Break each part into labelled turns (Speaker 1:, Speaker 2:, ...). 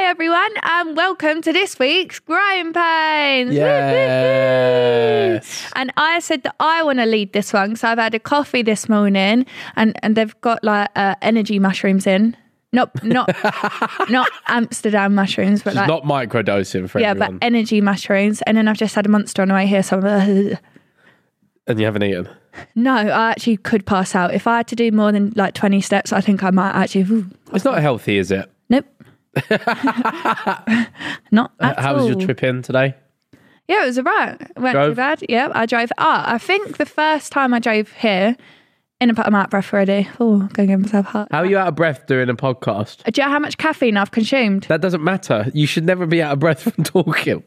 Speaker 1: everyone, and welcome to this week's Growing Pains. Woo, woo, woo.
Speaker 2: Yes.
Speaker 1: And I said that I want to lead this one because I've had a coffee this morning, and and they've got like uh, energy mushrooms in, not not not Amsterdam mushrooms, but
Speaker 2: It's
Speaker 1: like
Speaker 2: not microdosing for
Speaker 1: yeah,
Speaker 2: everyone.
Speaker 1: but energy mushrooms. And then I've just had a monster on the way here, so I'm like,
Speaker 2: and you haven't eaten.
Speaker 1: no, I actually could pass out if I had to do more than like twenty steps. I think I might actually. ooh,
Speaker 2: It's not healthy, is it?
Speaker 1: nope. not at
Speaker 2: How was your
Speaker 1: all.
Speaker 2: trip in today?
Speaker 1: Yeah, it was alright. It Went too
Speaker 2: Drove?
Speaker 1: bad. Yeah, I drove. Ah, I think the first time I drove here, in a I'm out of breath already. Oh, going to give myself a heart.
Speaker 2: How are you out of breath doing a podcast?
Speaker 1: Do you know how much caffeine I've consumed?
Speaker 2: That doesn't matter. You should never be out of breath from talking.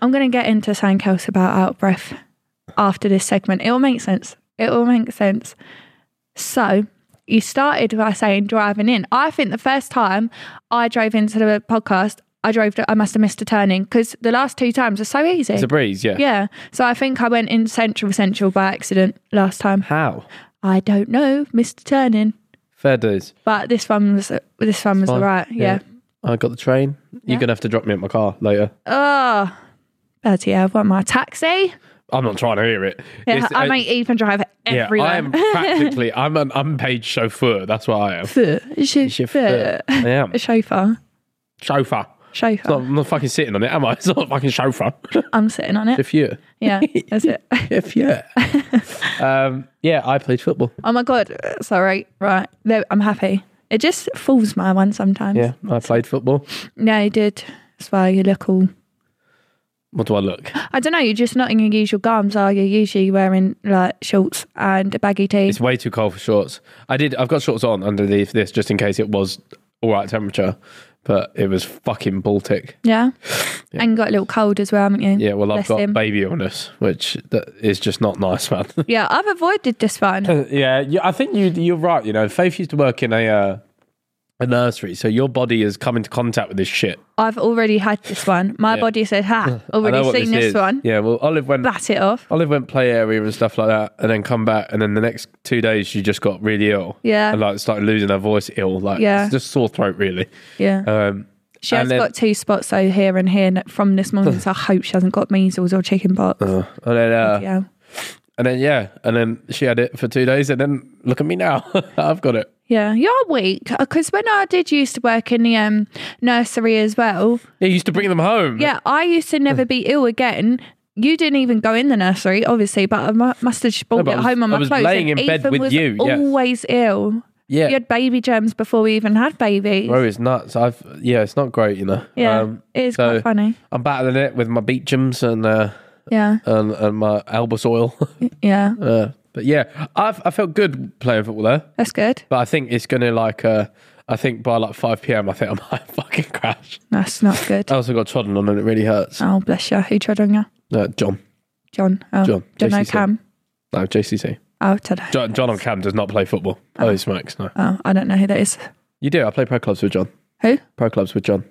Speaker 1: I'm going to get into something else about out of breath after this segment. It will make sense. It will make sense. So you started by saying driving in. I think the first time I drove into the podcast, I drove. I must have missed a turning because the last two times are so easy.
Speaker 2: It's a breeze, yeah.
Speaker 1: yeah. So I think I went in central central by accident last time.
Speaker 2: How?
Speaker 1: I don't know, Mr. Turning.
Speaker 2: Fair dues.
Speaker 1: But this one was this one was
Speaker 2: Fine.
Speaker 1: alright. Yeah.
Speaker 2: I got the train. You're going to have to drop me at my car later.
Speaker 1: Oh, bloody hell! Want my taxi?
Speaker 2: I'm not trying to hear it.
Speaker 1: Yeah,
Speaker 2: It's-
Speaker 1: I
Speaker 2: uh,
Speaker 1: might even drive
Speaker 2: yeah,
Speaker 1: everywhere.
Speaker 2: I am practically, I'm an unpaid chauffeur. That's what I am.
Speaker 1: chauffeur,
Speaker 2: I am.
Speaker 1: chauffeur,
Speaker 2: Chauffeur. It's not-
Speaker 1: chauffeur.
Speaker 2: I'm not fucking sitting on it, am I? It's not a fucking chauffeur.
Speaker 1: I'm sitting on it.
Speaker 2: If you.
Speaker 1: Yeah, that's it.
Speaker 2: If you. um, yeah, I played football.
Speaker 1: Oh my god! Sorry. Right, there, I'm happy. It just fools my one sometimes.
Speaker 2: Yeah, I played football.
Speaker 1: No, you did. That's why you look all.
Speaker 2: What do I look?
Speaker 1: I don't know. You're just not in your usual garms, are you? Usually you're wearing like shorts and a baggy tee.
Speaker 2: It's way too cold for shorts. I did. I've got shorts on underneath this just in case it was all right temperature, but it was fucking Baltic.
Speaker 1: Yeah. And you got a little cold as well, haven't you?
Speaker 2: Yeah. Well, I've
Speaker 1: Bless
Speaker 2: got
Speaker 1: him.
Speaker 2: baby illness, which that is just not nice, man.
Speaker 1: Yeah, I've avoided this one.
Speaker 2: Uh, yeah. You, I think you you're right. You know, Faith used to work in a uh, a nursery, so your body has come into contact with this shit.
Speaker 1: I've already had this one. My body said, ha,
Speaker 2: I know
Speaker 1: already
Speaker 2: what
Speaker 1: seen this,
Speaker 2: is.
Speaker 1: one.
Speaker 2: Yeah. Well, Olive went.
Speaker 1: Bat it off.
Speaker 2: Olive went play area and stuff like that, and then come back, and then the next two days she just got really ill.
Speaker 1: Yeah.
Speaker 2: and like started losing her voice, ill, like
Speaker 1: Yeah.
Speaker 2: it's just sore throat, really.
Speaker 1: Yeah.
Speaker 2: Um,
Speaker 1: she
Speaker 2: and
Speaker 1: has
Speaker 2: then-
Speaker 1: got two spots though here and here n- from this morning, so I hope she hasn't got measles or chickenpox.
Speaker 2: Uh, and then, uh,
Speaker 1: yeah.
Speaker 2: and then, yeah, and then she had it for two days, and then look at me now, I've got it.
Speaker 1: Yeah, you're weak because when I did used to work in the um, nursery as well,
Speaker 2: Yeah, you used to bring them home.
Speaker 1: yeah, I used to never be ill again. You didn't even go in the nursery, obviously, but I mu- must have just bought
Speaker 2: but
Speaker 1: it
Speaker 2: I was-
Speaker 1: home on
Speaker 2: I
Speaker 1: my
Speaker 2: was
Speaker 1: clothes.
Speaker 2: laying
Speaker 1: and
Speaker 2: in bed
Speaker 1: Ethan
Speaker 2: with
Speaker 1: was
Speaker 2: you, yeah.
Speaker 1: always ill.
Speaker 2: yeah.
Speaker 1: You had baby germs before we even had babies.
Speaker 2: Bro, it's nuts. I've yeah, it's not great, you know.
Speaker 1: Yeah, it is
Speaker 2: Um, so
Speaker 1: quite funny.
Speaker 2: I'm battling it with my beechams and uh,
Speaker 1: Yeah,
Speaker 2: and and my Albus oil.
Speaker 1: yeah,
Speaker 2: uh, but yeah, I've I felt good playing football there,
Speaker 1: that's good.
Speaker 2: but I think it's gonna like uh, I think by like five p.m. I think I might fucking crash.
Speaker 1: That's not good.
Speaker 2: I also got trodden on and it really hurts.
Speaker 1: Oh, bless you. Who tried on you?
Speaker 2: Uh, John,
Speaker 1: John. Oh,
Speaker 2: John,
Speaker 1: Don't know
Speaker 2: JCC.
Speaker 1: Cam.
Speaker 2: no, JCC.
Speaker 1: Oh, don't know.
Speaker 2: John, John on cam does not play football. Oh, he smacks. No,
Speaker 1: Oh, I don't know who that is.
Speaker 2: you do. I play pro clubs with John.
Speaker 1: Who?
Speaker 2: Pro clubs with John.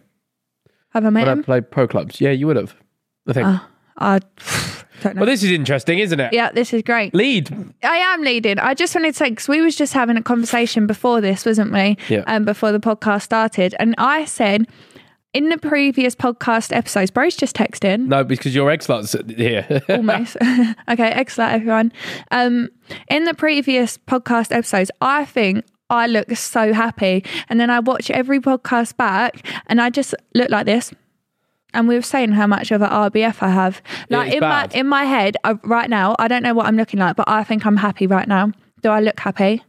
Speaker 1: Have I met
Speaker 2: When I
Speaker 1: him?
Speaker 2: played pro clubs, yeah, you would have. I think.
Speaker 1: Oh, I don't know.
Speaker 2: well, this is interesting, isn't it?
Speaker 1: yeah, this is great.
Speaker 2: Lead.
Speaker 1: I am leading. I just wanted to say because we was just having a conversation before this, wasn't we?
Speaker 2: Yeah.
Speaker 1: Um, before the podcast started, and I said in the previous podcast episodes, Bro's just texting.
Speaker 2: No, because your ex lot's here.
Speaker 1: almost. okay, excellent, everyone. Um, in the previous podcast episodes, I think I look so happy, and then I watch every podcast back, and I just look like this. And we were saying how much of an RBF I have. Like
Speaker 2: it's
Speaker 1: in
Speaker 2: bad.
Speaker 1: my in my head I, right now, I don't know what I'm looking like, but I think I'm happy right now. Do I look happy?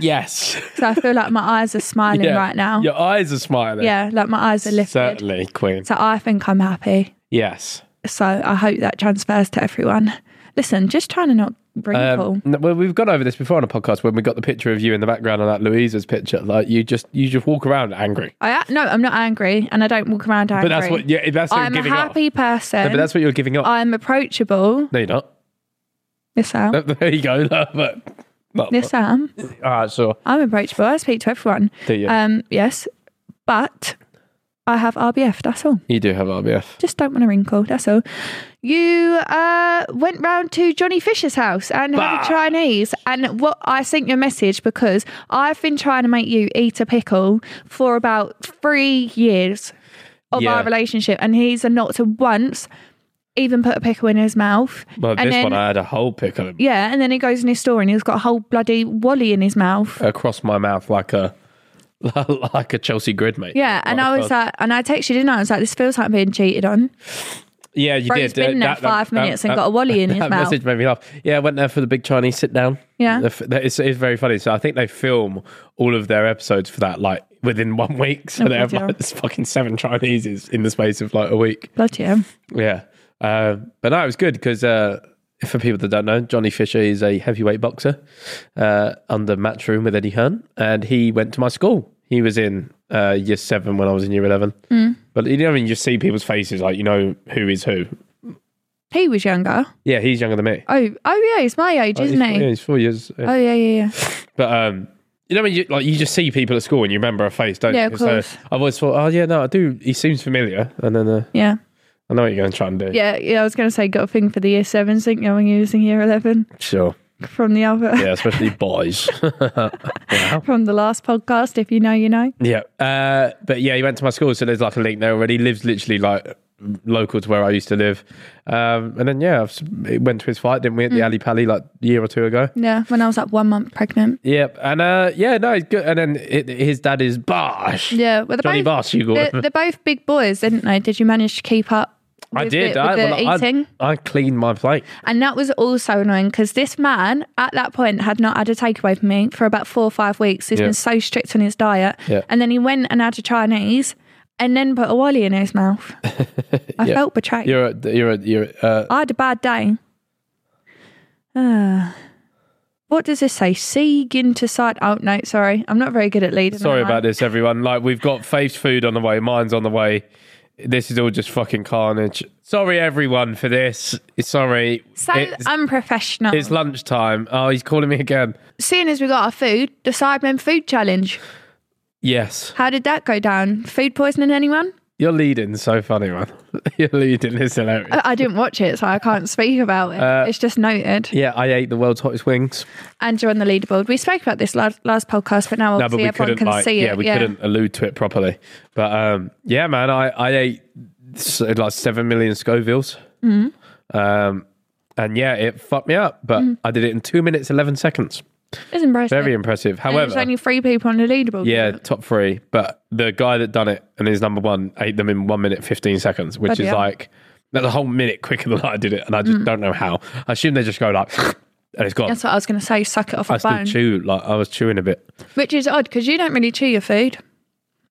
Speaker 2: yes.
Speaker 1: So I feel like my eyes are smiling right now.
Speaker 2: Your eyes are smiling.
Speaker 1: Yeah, like my eyes are lifted.
Speaker 2: Certainly, Queen.
Speaker 1: So I think I'm happy.
Speaker 2: Yes.
Speaker 1: So I hope that transfers to everyone. Listen, just trying to not wrinkle.
Speaker 2: Um, no, well, we've gone over this before on a podcast when we got the picture of you in the background of that Louisa's picture. Like you just you just walk around angry.
Speaker 1: I no, I'm not angry, and I don't walk around angry.
Speaker 2: But that's what yeah, that's what
Speaker 1: I'm
Speaker 2: you're
Speaker 1: a
Speaker 2: giving off.
Speaker 1: happy person.
Speaker 2: But that's what you're giving off.
Speaker 1: I'm approachable.
Speaker 2: no, you're not.
Speaker 1: Yes, I am.
Speaker 2: There you go. but, but,
Speaker 1: Yes, I am.
Speaker 2: all right, sure.
Speaker 1: Uh, I'm approachable. I speak to everyone.
Speaker 2: Do you?
Speaker 1: Um, yes, Um, but I have RBF. That's all.
Speaker 2: You do have RBF.
Speaker 1: Just don't want a wrinkle. That's all. You uh, went round to Johnny Fisher's house and had
Speaker 2: Bah.
Speaker 1: a Chinese. And what I sent you a message because I've been trying to make you eat a pickle for about three years of
Speaker 2: Yeah.
Speaker 1: our relationship, and he's not to once even put a pickle in his mouth.
Speaker 2: Well,
Speaker 1: and
Speaker 2: this
Speaker 1: then,
Speaker 2: one I had a whole pickle
Speaker 1: yeah, and then he goes in his store and he's got a whole bloody wally in his mouth.
Speaker 2: across my mouth like a like a Chelsea grid, mate.
Speaker 1: Yeah, and I was like, and I texted you, didn't I? I was like, this feels like being cheated on.
Speaker 2: yeah, you
Speaker 1: Bro's
Speaker 2: did.
Speaker 1: been in there five minutes and got a wally in his
Speaker 2: that
Speaker 1: mouth.
Speaker 2: message made me laugh. Yeah, I went there for the big Chinese sit down.
Speaker 1: Yeah.
Speaker 2: The f- that is, it's very funny. So I think they film all of their episodes for that like within one week. So
Speaker 1: Oh,
Speaker 2: they have
Speaker 1: bloody hell.
Speaker 2: like this fucking seven Chineses in the space of like a week.
Speaker 1: Bloody hell.
Speaker 2: Yeah, uh, but no, it was good because uh, for people that don't know, Johnny Fisher is a heavyweight boxer uh, under matchroom with Eddie Hearn, and he went to my school. He was in uh, year seven when I was in year eleven,
Speaker 1: Mm.
Speaker 2: but you know, I mean, you just see people's faces, like you know who is who.
Speaker 1: He was younger.
Speaker 2: Yeah, he's younger than me,
Speaker 1: Oh, oh yeah, he's my age, isn't
Speaker 2: he's,
Speaker 1: he?
Speaker 2: Yeah, he's four years. yeah.
Speaker 1: Oh yeah, yeah, yeah.
Speaker 2: But um, you know, when you like you just see people at school and you remember a face, don't
Speaker 1: Yeah,
Speaker 2: you?
Speaker 1: of
Speaker 2: So
Speaker 1: course.
Speaker 2: I've always thought, oh yeah, no, I do. He seems familiar, and then uh,
Speaker 1: Yeah.
Speaker 2: I know what you're going to try and do.
Speaker 1: Yeah, yeah, I was going to say, got a thing for the year sevens, didn't you, when you was in year 11
Speaker 2: sure.
Speaker 1: from the other,
Speaker 2: Yeah, especially boys.
Speaker 1: from the last podcast. If you know, you know.
Speaker 2: Yeah. Uh, but yeah, he went to my school, so there's like a link there already. He lives literally like local to where I used to live. Um, and then yeah, I've, s- went to his fight, didn't we, at the
Speaker 1: Mm.
Speaker 2: Ali Pali like a year or two ago?
Speaker 1: Yeah, when I was like one month pregnant.
Speaker 2: Yep. And uh, yeah, no, he's good. And then it, his dad is Bosh.
Speaker 1: Yeah, well, they're
Speaker 2: Johnny
Speaker 1: both,
Speaker 2: Bosh, you got
Speaker 1: they're,
Speaker 2: him.
Speaker 1: they're both big boys, didn't they? Did you manage to keep up?
Speaker 2: I
Speaker 1: with
Speaker 2: did.
Speaker 1: the,
Speaker 2: I,
Speaker 1: with the
Speaker 2: well, I-
Speaker 1: eating,
Speaker 2: I, cleaned my plate.
Speaker 1: and that was also annoying because this man at that point had not had a takeaway from me for about four or five weeks. He's
Speaker 2: Yeah.
Speaker 1: been so strict on his diet,
Speaker 2: Yeah.
Speaker 1: and then he went and had a Chinese, and then put a wally in his mouth. I felt betrayed.
Speaker 2: You're a, you're a, you're a, uh,
Speaker 1: I had a bad day. Ah. what does this say? Sieg into sight. Oh, no, sorry. I'm not very good at leading.
Speaker 2: sorry about this, everyone. Like we've got Faith's food on the way, mine's on the way. This is all just fucking carnage. Sorry, everyone, for this. Sorry.
Speaker 1: So uh,
Speaker 2: It's-
Speaker 1: unprofessional.
Speaker 2: It's lunchtime. Oh, he's calling me again.
Speaker 1: Seeing as we got our food, the Sidemen food challenge.
Speaker 2: Yes.
Speaker 1: How did that go down? Food poisoning anyone?
Speaker 2: You're leading so funny, man. You're leading. It's hilarious.
Speaker 1: I, I didn't watch it, so I can't speak about it. it's just noted.
Speaker 2: Uh, yeah, I ate the world's hottest wings.
Speaker 1: And you're on the leaderboard. We spoke about this last, last podcast, but now
Speaker 2: No, but
Speaker 1: obviously
Speaker 2: we
Speaker 1: everyone
Speaker 2: couldn't
Speaker 1: can
Speaker 2: like
Speaker 1: see
Speaker 2: yeah,
Speaker 1: it.
Speaker 2: we couldn't allude to it properly. But um yeah, man, I I ate s- like 7 million Scovilles.
Speaker 1: Mm-hmm.
Speaker 2: Um and yeah, it fucked me up, but
Speaker 1: Mm.
Speaker 2: I did it in 2 minutes 11 seconds.
Speaker 1: It's impressive.
Speaker 2: Very impressive.
Speaker 1: And There's
Speaker 2: However,
Speaker 1: only three people on the leaderboard.
Speaker 2: Yeah, top three. But the guy that done it and is number one ate them in one minute fifteen seconds, which
Speaker 1: Bloody
Speaker 2: is
Speaker 1: hell. Mm.
Speaker 2: like that's a whole minute quicker than I did it, and I just don't know how. I assume they just go like, and it's gone.
Speaker 1: That's what I was going to say. Suck it off
Speaker 2: I
Speaker 1: a
Speaker 2: still
Speaker 1: bone.
Speaker 2: chew like I was chewing a bit.
Speaker 1: Which is odd because you don't really chew your food.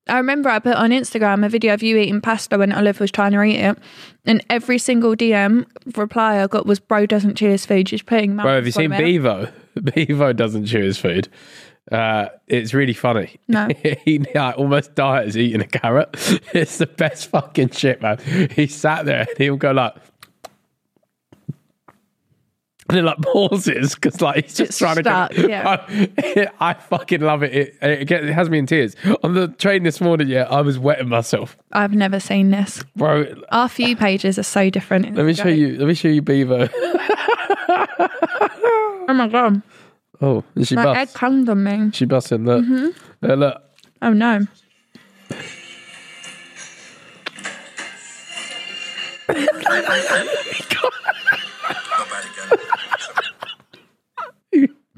Speaker 1: I remember I put on Instagram a video of you eating pasta when Olive was trying to eat it, and every single DM reply I got was, "Bro doesn't chew his food, just putting."
Speaker 2: Bro, Oh, have you seen Bevo? Bevo doesn't chew his food. Uh, it's really funny.
Speaker 1: No.
Speaker 2: he like, almost died as eating a carrot. It's the best fucking shit, man. He sat there and he'll go like, and it like pauses because like he's just
Speaker 1: It's
Speaker 2: trying
Speaker 1: stuck,
Speaker 2: to. Get,
Speaker 1: yeah.
Speaker 2: I, I fucking love it. It, it, gets, it has me in tears. On the train this morning, yeah, I was wetting myself,
Speaker 1: I've never seen this.
Speaker 2: bro.
Speaker 1: Our few pages are so different.
Speaker 2: Let me show you. Let me show you Bevo.
Speaker 1: Oh my god,
Speaker 2: Oh, she
Speaker 1: my egg
Speaker 2: busts.
Speaker 1: comes on me.
Speaker 2: She busting. Look, Uh, look.
Speaker 1: Oh no.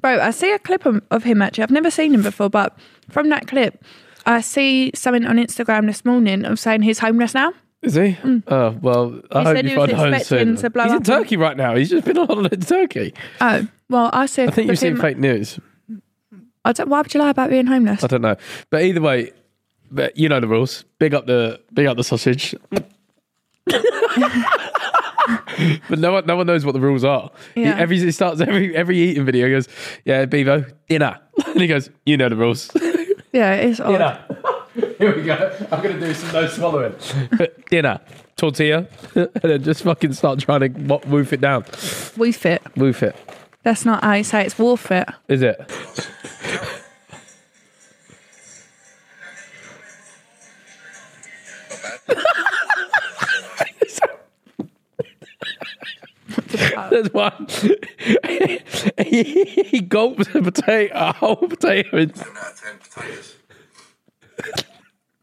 Speaker 1: Bro, I see a clip of, of him actually. I've never seen him before, but from that clip, I see something on Instagram this morning of saying he's homeless now.
Speaker 2: Is he? Oh well,
Speaker 1: Mm.
Speaker 2: I
Speaker 1: He
Speaker 2: hope
Speaker 1: said
Speaker 2: you
Speaker 1: he was
Speaker 2: find home
Speaker 1: expecting
Speaker 2: soon.
Speaker 1: to blow
Speaker 2: He's in
Speaker 1: up and-
Speaker 2: Turkey right now. He's just been on holiday to Turkey.
Speaker 1: Oh, well, I see.
Speaker 2: I think you've seen fake news.
Speaker 1: I don't, why would you lie about being homeless?
Speaker 2: I don't know, but either way, but you know the rules. Big up the big up the sausage. but no one, no one knows what the rules are. He-
Speaker 1: Yeah.
Speaker 2: every he starts every every eating video. He goes, "Yeah, Bevo dinner," and he goes, "You know the rules."
Speaker 1: Yeah, it's oh, odd.
Speaker 2: dinner. Here we go. I'm gonna do some no swallowing. dinner, tortilla, and then just fucking start trying to wo- woof it down.
Speaker 1: We fit.
Speaker 2: Woof it.
Speaker 1: That's not how you say it. It's war fit.
Speaker 2: Is it? There's one. he, he gulps a potato, a whole potato. In.
Speaker 3: Ten out of ten potatoes. Let's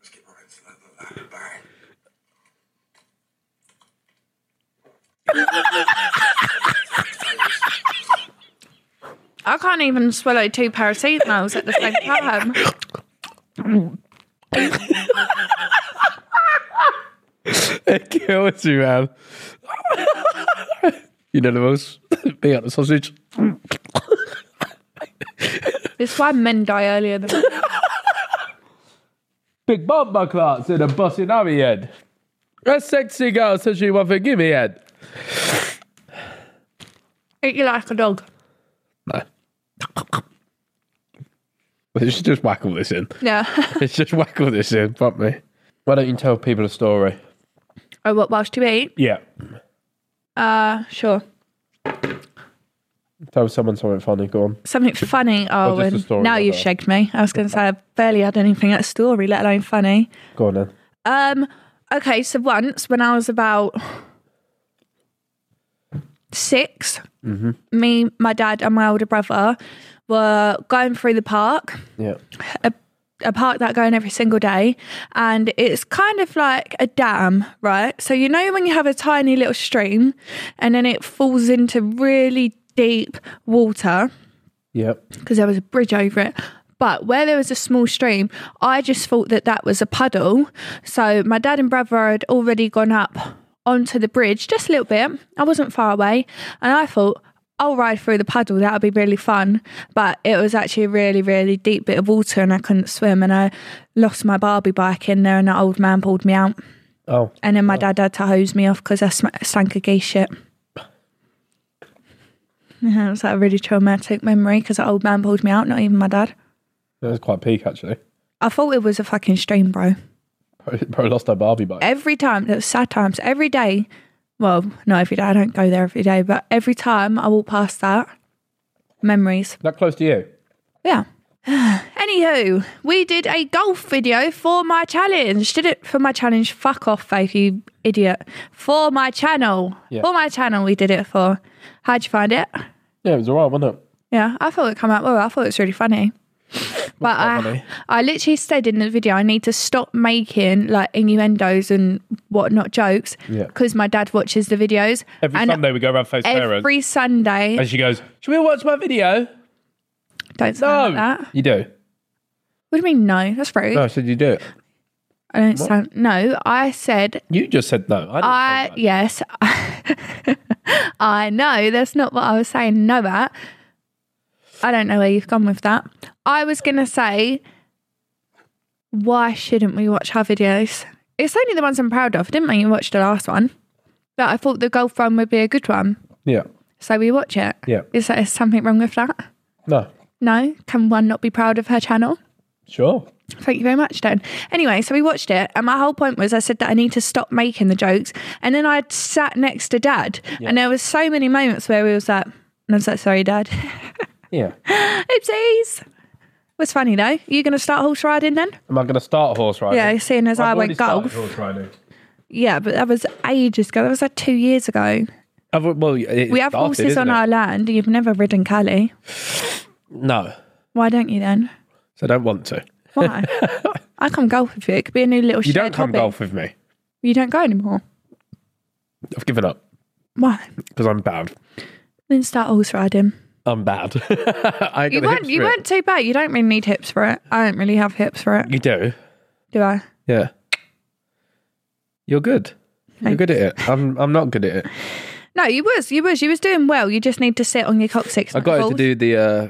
Speaker 3: get right into that, that bang.
Speaker 1: I can't even swallow two paracetamols at the same time.
Speaker 2: It kills you, man. you know the rules. Be up the sausage.
Speaker 1: It's why men die earlier than
Speaker 2: Big bumper clots in a busting army head. A sexy girl says she wants to give me head.
Speaker 1: eat you like a dog.
Speaker 2: No. We should just whack all this in.
Speaker 1: Yeah.
Speaker 2: Let's just whack all this in, fuck me. Why don't you tell people a story?
Speaker 1: oh, what whilst you eat?
Speaker 2: Yeah.
Speaker 1: Uh, sure.
Speaker 2: Tell someone something funny, go on.
Speaker 1: Something funny. Oh,
Speaker 2: just a
Speaker 1: and
Speaker 2: story
Speaker 1: now
Speaker 2: about
Speaker 1: you've
Speaker 2: that.
Speaker 1: shagged me. I was going to say I barely had anything at a story, let alone funny.
Speaker 2: Go on then.
Speaker 1: Um. Okay. So once, when I was about 6
Speaker 2: Mm-hmm.
Speaker 1: me, my dad, and my older brother were going through the park,
Speaker 2: Yeah.
Speaker 1: a park that I go in every single day, and it's kind of like a dam, right? So you know when you have a tiny little stream, and then it falls into really deep water
Speaker 2: Yep.
Speaker 1: because there was a bridge over it. But where there was a small stream, I just thought that that was a puddle. So my dad and brother had already gone up onto the bridge just a little bit. I wasn't far away. And I thought, I'll ride through the puddle. That'll be really fun. But it was actually a really, really deep bit of water and I couldn't swim. And I lost my Barbie bike in there and that old man pulled me out.
Speaker 2: Oh.
Speaker 1: And then my dad had to hose me off because I sm- stank of gay shit. Yeah, it was like a really traumatic memory because that old man pulled me out, not even my dad.
Speaker 2: That was quite peak actually.
Speaker 1: I thought it was a fucking stream, bro.
Speaker 2: Probably, probably lost her Barbie bike.
Speaker 1: Every time, it was sad times, every day. Well, not every day, I don't go there every day, but every time I walk past that, memories.
Speaker 2: That close to you?
Speaker 1: Yeah. Anywho, we did a golf video for my challenge. Did it for my challenge? Fuck off, Faith, you idiot. For my channel.
Speaker 2: Yeah.
Speaker 1: For my channel, we did it for. How'd you find it?
Speaker 2: Yeah, it was alright, wasn't it?
Speaker 1: Yeah, I thought it came out well. I thought it was really funny. But I,
Speaker 2: funny.
Speaker 1: I literally said in the video, I need to stop making like innuendos and whatnot jokes
Speaker 2: Yeah.
Speaker 1: because my dad watches the videos.
Speaker 2: Every
Speaker 1: and
Speaker 2: Sunday we go around face parents.
Speaker 1: every Sunday.
Speaker 2: And she goes, Should we watch my video?
Speaker 1: don't sound
Speaker 2: No.
Speaker 1: like that.
Speaker 2: You do.
Speaker 1: What do you mean, no? That's rude.
Speaker 2: No, I said you do it.
Speaker 1: I don't sound. No, I said
Speaker 2: You just said no. I, didn't
Speaker 1: I
Speaker 2: say
Speaker 1: yes, I know that's not what I was saying. No, that I don't know where you've gone with that. I was gonna say, why shouldn't we watch our videos? It's only the ones I'm proud of. I didn't make you watch the last one, but I thought the golf one would be a good one,
Speaker 2: no. Yeah.
Speaker 1: so we watch it.
Speaker 2: Yeah.
Speaker 1: Is there is something wrong with that?
Speaker 2: No.
Speaker 1: No, can one not be proud of her channel?
Speaker 2: Sure.
Speaker 1: Thank you very much, Dan. Anyway, so we watched it, and my whole point was I said that I need to stop making the jokes. And then I sat next to Dad, and there was so many moments where we was like, and I was like, sorry, Dad.
Speaker 2: Yeah.
Speaker 1: Oopsies. Was funny though. You going to start horse riding then?
Speaker 2: Am I going to start horse riding?
Speaker 1: Yeah, seeing as
Speaker 2: I've
Speaker 1: i
Speaker 2: already
Speaker 1: went
Speaker 2: started
Speaker 1: golf.
Speaker 2: Horse riding.
Speaker 1: Yeah, but that was ages ago. That was like two years ago.
Speaker 2: I've, well, it
Speaker 1: We have
Speaker 2: started,
Speaker 1: horses on
Speaker 2: isn't it?
Speaker 1: our land. You've never ridden Cali.
Speaker 2: No.
Speaker 1: Why don't you then?
Speaker 2: So I don't want to.
Speaker 1: Why? I come golf with you. It could be a new little
Speaker 2: You don't
Speaker 1: shared
Speaker 2: come
Speaker 1: hobby.
Speaker 2: golf with me.
Speaker 1: You don't go anymore.
Speaker 2: I've given up
Speaker 1: Why?
Speaker 2: because I'm bad.
Speaker 1: Then start horse riding.
Speaker 2: I'm bad. I ain't
Speaker 1: You
Speaker 2: got the
Speaker 1: weren't
Speaker 2: hips
Speaker 1: you
Speaker 2: for it.
Speaker 1: weren't too bad. You don't really need hips for it. I don't really have hips for it,
Speaker 2: You do.
Speaker 1: do I?
Speaker 2: Yeah. You're good. You're good at it. I'm I'm not good at it.
Speaker 1: No, you was you was you was doing well. You just need to sit on your cocksix.
Speaker 2: I got her to do the uh,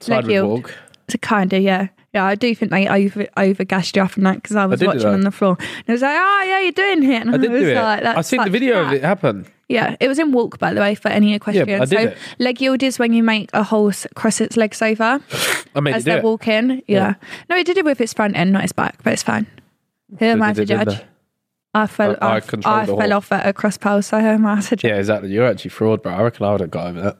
Speaker 2: sideward
Speaker 1: yield.
Speaker 2: walk.
Speaker 1: to kinda yeah. Yeah, I do think they over over gassed you up and that because I was
Speaker 2: did, did
Speaker 1: watching
Speaker 2: I?
Speaker 1: on the floor. And it was like, oh yeah, you're doing it. And
Speaker 2: I did
Speaker 1: was
Speaker 2: do it.
Speaker 1: Like,
Speaker 2: I
Speaker 1: "That's
Speaker 2: seen the
Speaker 1: such
Speaker 2: video of
Speaker 1: crap."
Speaker 2: it happen.
Speaker 1: Yeah, it was in walk by the way for any equestrian.
Speaker 2: I did
Speaker 1: so
Speaker 2: it.
Speaker 1: leg yield is when you make a horse cross its legs over
Speaker 2: I made
Speaker 1: as
Speaker 2: you do
Speaker 1: they're
Speaker 2: it.
Speaker 1: walking. Yeah. No, it did it with its front end, not its back, but it's fine. Who am
Speaker 2: Did
Speaker 1: I
Speaker 2: it,
Speaker 1: to
Speaker 2: didn't
Speaker 1: judge?
Speaker 2: I?
Speaker 1: I fell
Speaker 2: I- I
Speaker 1: off.
Speaker 2: controlled
Speaker 1: I
Speaker 2: the
Speaker 1: fell
Speaker 2: horse.
Speaker 1: off at a cross pole, so um, I said,
Speaker 2: Yeah, exactly. You're actually fraud, bro. I reckon I would have got over that.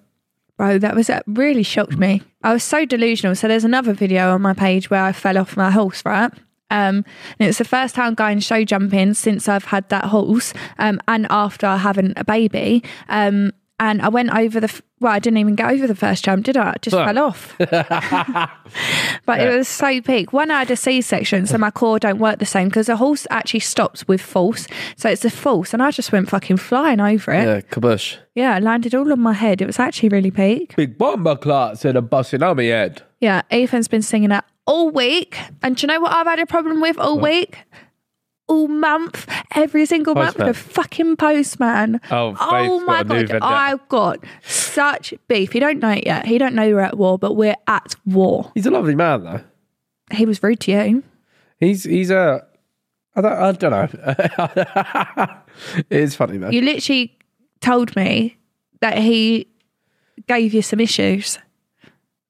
Speaker 1: "Bro, that was that really shocked me. I was so delusional." So there's another video on my page where I fell off my horse, right? Um, and it's the first time going show jumping since I've had that horse um, and after having a baby. Um, and I went over the, f- well, I didn't even get over the first jump, did I? I just
Speaker 2: No.
Speaker 1: fell off. but it was so big. When I had a C section, so my core don't work the same because the horse actually stops with false. So it's a false. And I just went fucking flying over it.
Speaker 2: Yeah, kabush.
Speaker 1: Yeah, it landed all on my head. It was actually really peak.
Speaker 2: Big bomber clots said a busting on me head.
Speaker 1: Yeah, Ethan's been singing that all week. And do you know what I've had a problem with all week? All month, every single
Speaker 2: Postman.
Speaker 1: month, the fucking postman.
Speaker 2: Oh, Faith's
Speaker 1: my
Speaker 2: got a new
Speaker 1: god,
Speaker 2: vendetta.
Speaker 1: I've got such beef. He don't know it yet. He don't know we're at war, but we're at war.
Speaker 2: He's a lovely man though.
Speaker 1: He was rude to you.
Speaker 2: He's he's a. I don't, I don't know. it is funny though.
Speaker 1: You literally told me that he gave you some issues.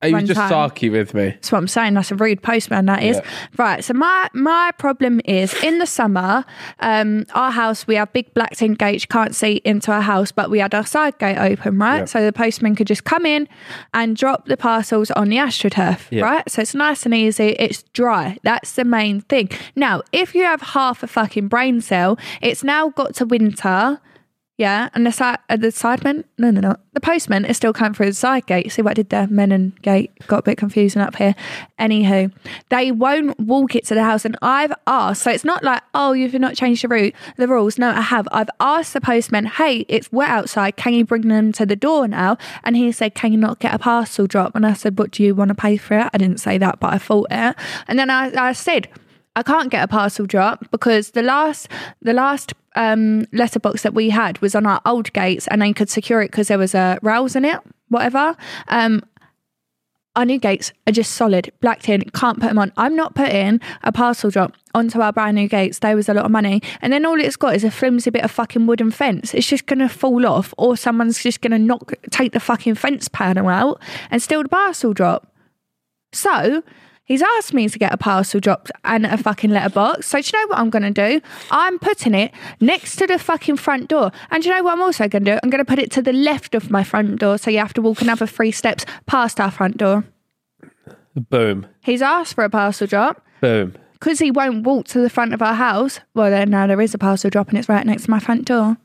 Speaker 2: he was
Speaker 1: one
Speaker 2: just
Speaker 1: time.
Speaker 2: sarky with me.
Speaker 1: That's what I'm saying. That's a rude postman. That is
Speaker 2: Yeah.
Speaker 1: right. So my my problem is in the summer, um, our house we have big black tin gates. You Can't see into our house, but we had our side gate open, right?
Speaker 2: Yeah.
Speaker 1: So the postman could just come in and drop the parcels on the astroturf,
Speaker 2: Yeah.
Speaker 1: right? So it's nice and easy. It's dry. That's the main thing. Now, if you have half a fucking brain cell, it's now got to winter. Yeah, and the side, uh, the sidemen, no, no, no, the postman is still coming through the side gate. See what I did there? Men and gate got a bit confusing up here. Anywho, they won't walk it to the house, and I've asked. So it's not like, oh, you've not changed the route, the rules. No, I have. I've asked the postman, hey, it's wet outside. Can you bring them to the door now? And he said, can you not get a parcel drop? And I said, what do you want to pay for it? I didn't say that, but I thought it. And then I, I said, I can't get a parcel drop because the last the last um, letterbox that we had was on our old gates, and they could secure it because there was a rails in it, whatever. Um, our new gates are just solid, black tin. Can't put them on. I'm not putting a parcel drop onto our brand new gates. There was a lot of money, and then all it's got is a flimsy bit of fucking wooden fence. It's just gonna fall off, or someone's just gonna knock take the fucking fence panel out and steal the parcel drop. So he's asked me to get a parcel dropped and a fucking letterbox. So do you know what I'm going to do? I'm putting it next to the fucking front door. And do you know what I'm also going to do? I'm going to put it to the left of my front door. So you have to walk another three steps past our front door.
Speaker 2: Boom,
Speaker 1: He's asked for a parcel drop.
Speaker 2: boom.
Speaker 1: Because he won't walk to the front of our house. Well, then now there is a parcel drop and it's right next to my front door.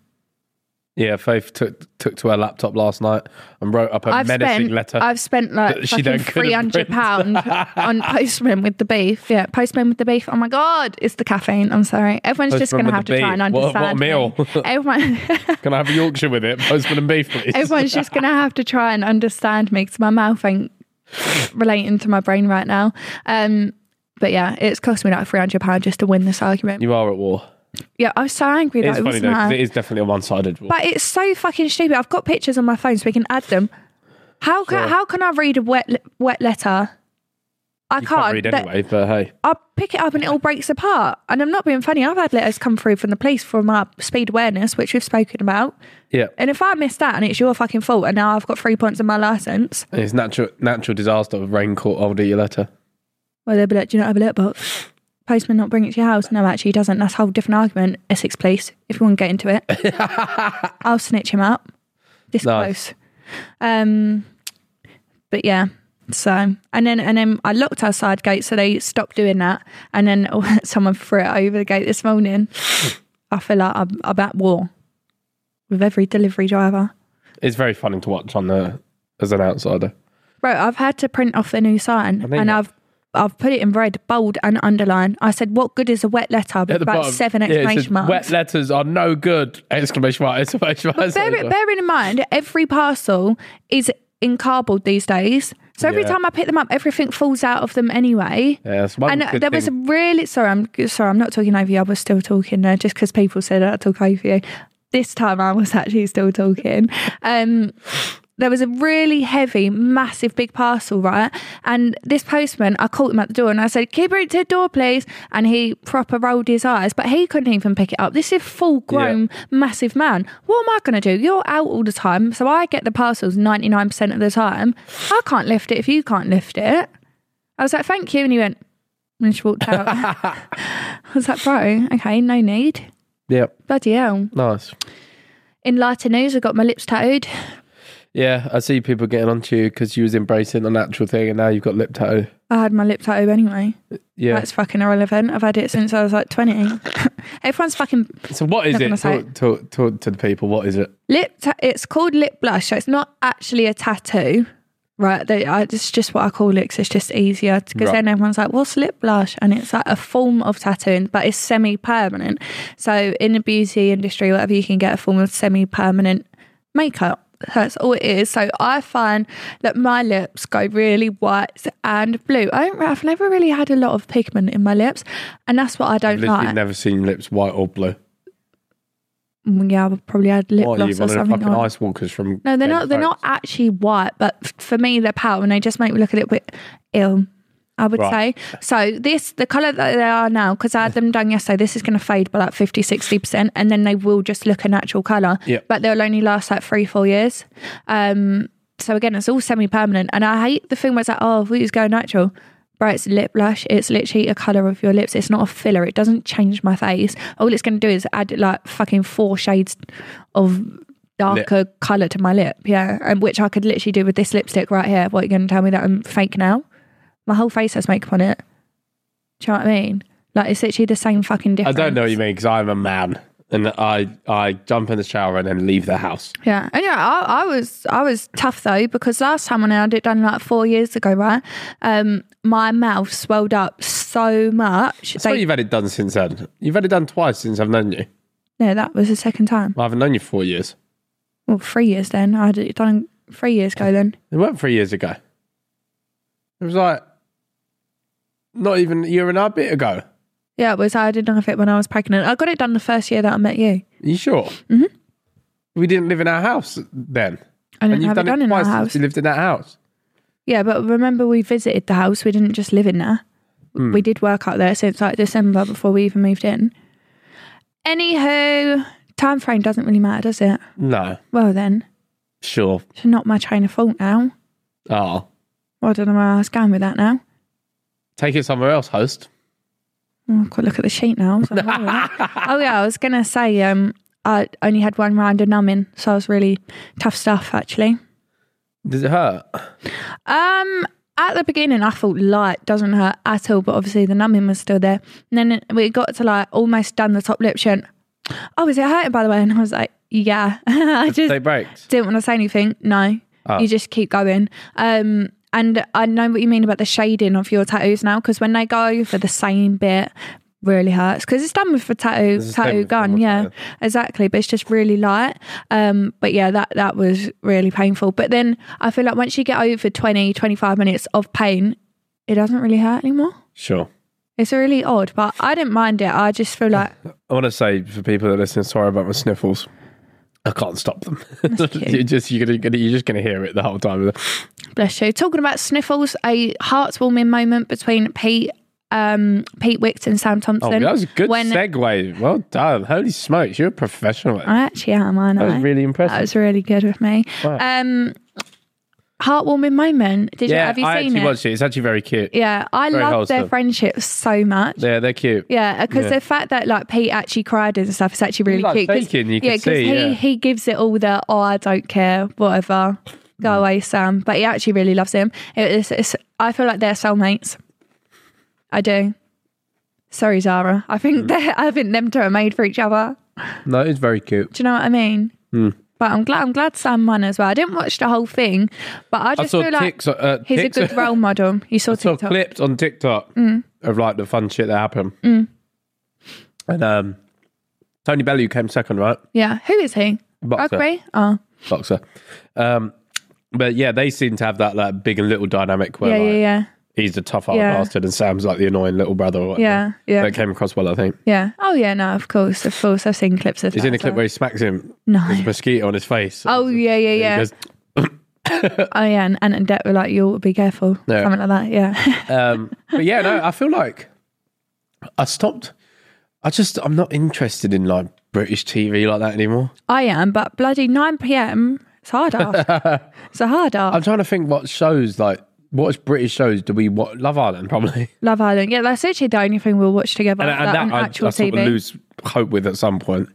Speaker 2: Yeah, Faith took took to her laptop last night and wrote up a
Speaker 1: I've
Speaker 2: menacing
Speaker 1: spent,
Speaker 2: letter.
Speaker 1: I've spent like
Speaker 2: that she then
Speaker 1: fucking three
Speaker 2: couldn't
Speaker 1: hundred
Speaker 2: print.
Speaker 1: pound on Postman with the beef. Yeah, Postman with the beef. Oh my god, it's the caffeine. I'm sorry. Everyone's just going to
Speaker 2: Postman with
Speaker 1: have
Speaker 2: the
Speaker 1: to try
Speaker 2: beef.
Speaker 1: and
Speaker 2: What-
Speaker 1: understand.
Speaker 2: what
Speaker 1: me.
Speaker 2: meal?
Speaker 1: Everyone,
Speaker 2: Can I have a Yorkshire with it? Postman and beef, please.
Speaker 1: everyone's just going to have to try and understand me because my mouth ain't relating to my brain right now. Um, but yeah, it's cost me like three hundred pound just to win this argument.
Speaker 2: you are at war.
Speaker 1: yeah, I was so angry that
Speaker 2: It's
Speaker 1: it
Speaker 2: funny
Speaker 1: was
Speaker 2: though, 'cause
Speaker 1: not.
Speaker 2: it is definitely a one sided war.
Speaker 1: But it's so fucking stupid. I've got pictures on my phone so we can add them. How can how can I read a wet le- wet letter? I
Speaker 2: You
Speaker 1: can't.
Speaker 2: can't read
Speaker 1: They-
Speaker 2: anyway, but hey.
Speaker 1: I pick it up and it all breaks apart. And I'm not being funny. I've had letters come through from the police from our speed awareness, which we've spoken about.
Speaker 2: Yeah.
Speaker 1: And if I miss that and it's your fucking fault, and now I've got three points on my license,
Speaker 2: It's natural natural disaster of rain caught hold of your letter.
Speaker 1: well, they'll be like, "Do you not have a letterbox? Postman not bring it to your house? No, actually, he doesn't. That's a whole different argument. Essex police. If you want to get into it, I'll snitch him up. This
Speaker 2: Nice.
Speaker 1: close. Um, but yeah. So and then and then I locked our side gate, so they stopped doing that. And then someone threw it over the gate this morning. I feel like I'm, I'm at war with every delivery driver.
Speaker 2: It's very funny to watch on the as an outsider.
Speaker 1: Bro, I've had to print off the new sign
Speaker 2: mean
Speaker 1: and
Speaker 2: that.
Speaker 1: I've I've put it in red, bold and underline. I said, What good is a wet letter? With
Speaker 2: At the
Speaker 1: about
Speaker 2: bottom,
Speaker 1: seven
Speaker 2: yeah, it
Speaker 1: exclamation
Speaker 2: says,
Speaker 1: marks.
Speaker 2: Wet letters are no good! Exclamation mark! Exclamation mark!
Speaker 1: Bear,
Speaker 2: exclamation mark.
Speaker 1: bearing in mind, every parcel is in cardboard these days. So every
Speaker 2: Yeah.
Speaker 1: time I pick them up, everything falls out of them anyway.
Speaker 2: Yeah, that's one
Speaker 1: and uh,
Speaker 2: good
Speaker 1: there was a
Speaker 2: thing.
Speaker 1: really sorry, I'm sorry, I'm not talking over you. I was still talking there, just because people said I talk over you. This time I was actually still talking. Um, there was a really heavy, massive, big parcel, right? And this postman, I caught him at the door and I said, "Keep it to the door, please." And he proper rolled his eyes, but he couldn't even pick it up. This is full-grown, massive man. What am I going to do? You're out all the time, so I get the parcels ninety-nine percent of the time. I can't lift it if you can't lift it. I was like, "Thank you," and he went and she walked out. I was like, bro, okay, no need.
Speaker 2: yeah,
Speaker 1: Bloody hell.
Speaker 2: nice.
Speaker 1: In lighter news, I got my lips tattooed.
Speaker 2: Yeah, I see people getting onto you because you was embracing the natural thing, and now you've got lip tattoo.
Speaker 1: I had my lip tattoo anyway.
Speaker 2: Yeah.
Speaker 1: That's fucking irrelevant. I've had it since I was like 20. Everyone's fucking
Speaker 2: so what is
Speaker 1: not
Speaker 2: it?
Speaker 1: gonna say
Speaker 2: Talk, talk, talk to the people. What is it?
Speaker 1: lip ta- it's called lip blush so it's not actually a tattoo right they, I, it's just what i call it 'cause it's just easier because
Speaker 2: Right.
Speaker 1: then everyone's like what's lip blush and it's like a form of tattooing but it's semi-permanent so in the beauty industry whatever you can get a form of semi-permanent makeup that's all it is. So I find that my lips go really white and blue. I don't, I've never really had a lot of pigment in my lips, and that's what I don't
Speaker 2: Literally
Speaker 1: like.
Speaker 2: never seen lips white or blue.
Speaker 1: Mm, Yeah, I've probably had lip
Speaker 2: What are you
Speaker 1: gloss or
Speaker 2: one of the
Speaker 1: something.
Speaker 2: fucking
Speaker 1: on.
Speaker 2: ice walkers from?
Speaker 1: No, they're
Speaker 2: Game
Speaker 1: not.
Speaker 2: of
Speaker 1: They're not
Speaker 2: Thrones?
Speaker 1: actually white, but f- for me, they're pale, and they just make me look a little bit ill. I would
Speaker 2: Right.
Speaker 1: say. So this, the color that they are now, because I had them done yesterday. This is going to fade by like 50, 60 percent, and then they will just look a natural color.
Speaker 2: Yep.
Speaker 1: But they'll only last like three, four years. Um. So again, it's all semi-permanent, and I hate the thing where it's like, oh, we just go natural. Bro, it's lip blush. It's literally a color of your lips. It's not a filler. It doesn't change my face. All it's going to do is add like fucking four shades of darker color to my lip. Yeah, and which I could literally do with this lipstick right here. What you going to tell me that I'm fake now? My whole face has makeup on it. Do you know what I mean? Like it's literally the same fucking
Speaker 2: I
Speaker 1: difference.
Speaker 2: don't know what you mean because I'm a man and I I jump in the shower and then leave the house.
Speaker 1: Yeah. Anyway, I, I was I was tough though because last time when I had it done like four years ago, right? Um, my mouth swelled up so much.
Speaker 2: That's what
Speaker 1: They,
Speaker 2: you've had it done since then. You've had it done twice since I've known you.
Speaker 1: no, that was the second time.
Speaker 2: I haven't known you for four years.
Speaker 1: Well, three years then. I had it done three years ago then.
Speaker 2: It weren't three years ago. It was like not even a year and a bit ago.
Speaker 1: Yeah, it was. I didn't have it when I was pregnant. I got it done the first year that I met you.
Speaker 2: Are you sure? Mm-hmm. We didn't live in our house then.
Speaker 1: I didn't
Speaker 2: and you've
Speaker 1: have
Speaker 2: done,
Speaker 1: it done
Speaker 2: it
Speaker 1: in our
Speaker 2: twice
Speaker 1: house.
Speaker 2: since you lived in that house.
Speaker 1: Yeah, but remember we visited the house. We didn't just live in there.
Speaker 2: Hmm.
Speaker 1: We did work out there since like December before we even moved in. Anywho, time frame doesn't really matter, does it?
Speaker 2: No.
Speaker 1: Well then,
Speaker 2: Sure.
Speaker 1: it's not my train of thought now.
Speaker 2: Oh.
Speaker 1: Well, I don't know where I was going with that now.
Speaker 2: Take it somewhere else, host.
Speaker 1: Oh, I've got to look at the sheet now. So I'm all right. oh yeah, I was gonna say um, I only had one round of numbing, so it was really tough stuff actually.
Speaker 2: Does it hurt?
Speaker 1: Um, at the beginning, I thought light doesn't hurt at all, but obviously the numbing was still there. And then we got to like almost done the top lip. She went, "Oh, is it hurting?" By the way, and I was like, "Yeah." I just
Speaker 2: They breaks.
Speaker 1: didn't want to say anything. No,
Speaker 2: Ah.
Speaker 1: you just keep going. Um, and I know what you mean about the shading of your tattoos now, because when they go over the same bit, really hurts because it's done with the tattoo
Speaker 2: It's the same
Speaker 1: tattoo
Speaker 2: with the
Speaker 1: gun.
Speaker 2: one,
Speaker 1: Yeah,
Speaker 2: yeah.
Speaker 1: exactly. But it's just really light. Um, but yeah, that that was really painful. But then I feel like once you get over 20, 25 minutes of pain, it doesn't really hurt anymore.
Speaker 2: Sure.
Speaker 1: It's really odd, but I didn't mind it. I just feel like
Speaker 2: I want to say for people that listen, sorry about my sniffles. I can't stop them.
Speaker 1: cute.
Speaker 2: you're just you're gonna, you're just gonna hear it the whole time.
Speaker 1: Bless you. Talking about sniffles, a heartwarming moment between Pete, um, Pete Wicked and Sam
Speaker 2: Oh,
Speaker 1: Thompson.
Speaker 2: that was a good
Speaker 1: When
Speaker 2: segue. Well done. Holy smokes, you're a professional.
Speaker 1: I actually am, aren't
Speaker 2: that
Speaker 1: I?
Speaker 2: was really impressive.
Speaker 1: that was really good with me. Um, heartwarming moment. Did you
Speaker 2: yeah,
Speaker 1: have you
Speaker 2: I
Speaker 1: seen
Speaker 2: actually
Speaker 1: it?
Speaker 2: watched it. It's actually very cute.
Speaker 1: yeah, I
Speaker 2: Very
Speaker 1: love their
Speaker 2: wholesome.
Speaker 1: friendship so much.
Speaker 2: Yeah, they're cute.
Speaker 1: Yeah, because
Speaker 2: Yeah.
Speaker 1: the fact that like Pete actually cried and stuff is actually really
Speaker 2: like,
Speaker 1: cute. 'cause-
Speaker 2: shaking, you
Speaker 1: yeah,
Speaker 2: could see,
Speaker 1: he
Speaker 2: yeah.
Speaker 1: he gives it all the oh I don't care whatever go
Speaker 2: Mm.
Speaker 1: away Sam, but he actually really loves him. It is it's, I feel like they're soulmates. I do. Sorry, Zara. I
Speaker 2: Mm.
Speaker 1: think they I think them two are made for each other.
Speaker 2: No, it's very cute.
Speaker 1: Do you know what I mean?
Speaker 2: Hmm.
Speaker 1: But I'm glad I'm glad Sam won as well. I didn't watch the whole thing, but I
Speaker 2: I
Speaker 1: just
Speaker 2: saw
Speaker 1: feel like
Speaker 2: tics, uh,
Speaker 1: he's
Speaker 2: tics,
Speaker 1: a good role model. You saw
Speaker 2: I saw
Speaker 1: TikTok. Mm.
Speaker 2: clips on TikTok of like the fun shit that happened. And um, Tony Bellew came second, right?
Speaker 1: Yeah, who is he?
Speaker 2: Boxer.
Speaker 1: Rugby. Oh,
Speaker 2: Boxer. Um, but yeah, they seem to have that like big and little dynamic where
Speaker 1: yeah,
Speaker 2: like,
Speaker 1: yeah, yeah,
Speaker 2: he's the tough old
Speaker 1: Yeah.
Speaker 2: bastard and Sam's like the annoying little brother. Or whatever.
Speaker 1: yeah, yeah.
Speaker 2: That came across well, I think.
Speaker 1: Yeah. Oh, yeah. No, of course, of course. I've seen clips of.
Speaker 2: He's
Speaker 1: that
Speaker 2: in a
Speaker 1: as
Speaker 2: clip
Speaker 1: well.
Speaker 2: where he smacks him. There's a
Speaker 1: No.
Speaker 2: mosquito on his face.
Speaker 1: Oh yeah, yeah,
Speaker 2: He
Speaker 1: yeah.
Speaker 2: goes,
Speaker 1: Oh yeah, and Ant and Det were like, "You'll be careful,"
Speaker 2: Yeah.
Speaker 1: something like that. Yeah.
Speaker 2: Um, but yeah, no, I feel like I stopped. I just I'm not interested in like British TV like that anymore.
Speaker 1: I am, but bloody nine p.m. It's hard ask. it's a hard ask.
Speaker 2: I'm trying to think what shows like what is British shows do we watch? Love Island probably,
Speaker 1: Love Island. Yeah, that's literally the only thing we'll watch together
Speaker 2: and,
Speaker 1: like,
Speaker 2: and
Speaker 1: on
Speaker 2: that I, I
Speaker 1: actual Mm.
Speaker 2: sort of
Speaker 1: TV.
Speaker 2: lose hope with at some point.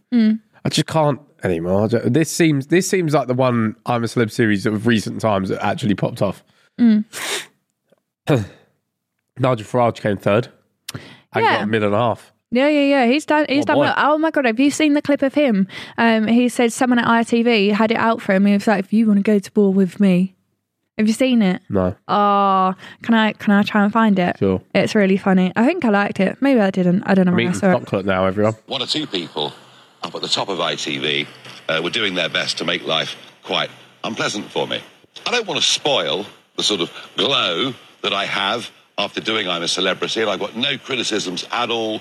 Speaker 2: I just can't anymore. I don't- This seems this seems like the one
Speaker 1: Mm.
Speaker 2: I'm a celeb series of recent times that actually popped off. Nigel Farage came third. And
Speaker 1: Yeah.
Speaker 2: got a mid and a half.
Speaker 1: Yeah, yeah, yeah. He's done. He's
Speaker 2: What
Speaker 1: done.
Speaker 2: boy.
Speaker 1: Well. Oh my god, have you seen the clip of him? Um, he said someone at ITV had it out for him. He was like, "If you want to go to war with me, have you seen it?
Speaker 2: No,
Speaker 1: Oh, can I? Can I try and find it?
Speaker 2: sure.
Speaker 1: It's really funny. I think I liked it. Maybe I didn't. I don't know
Speaker 2: I'm
Speaker 1: when I
Speaker 2: eating
Speaker 1: saw it.
Speaker 2: chocolate now, everyone.
Speaker 4: one or two people up at the top of ITV uh, were doing their best to make life quite unpleasant for me. I don't want to spoil the sort of glow that I have after doing I'm a Celebrity, and I've got no criticisms at all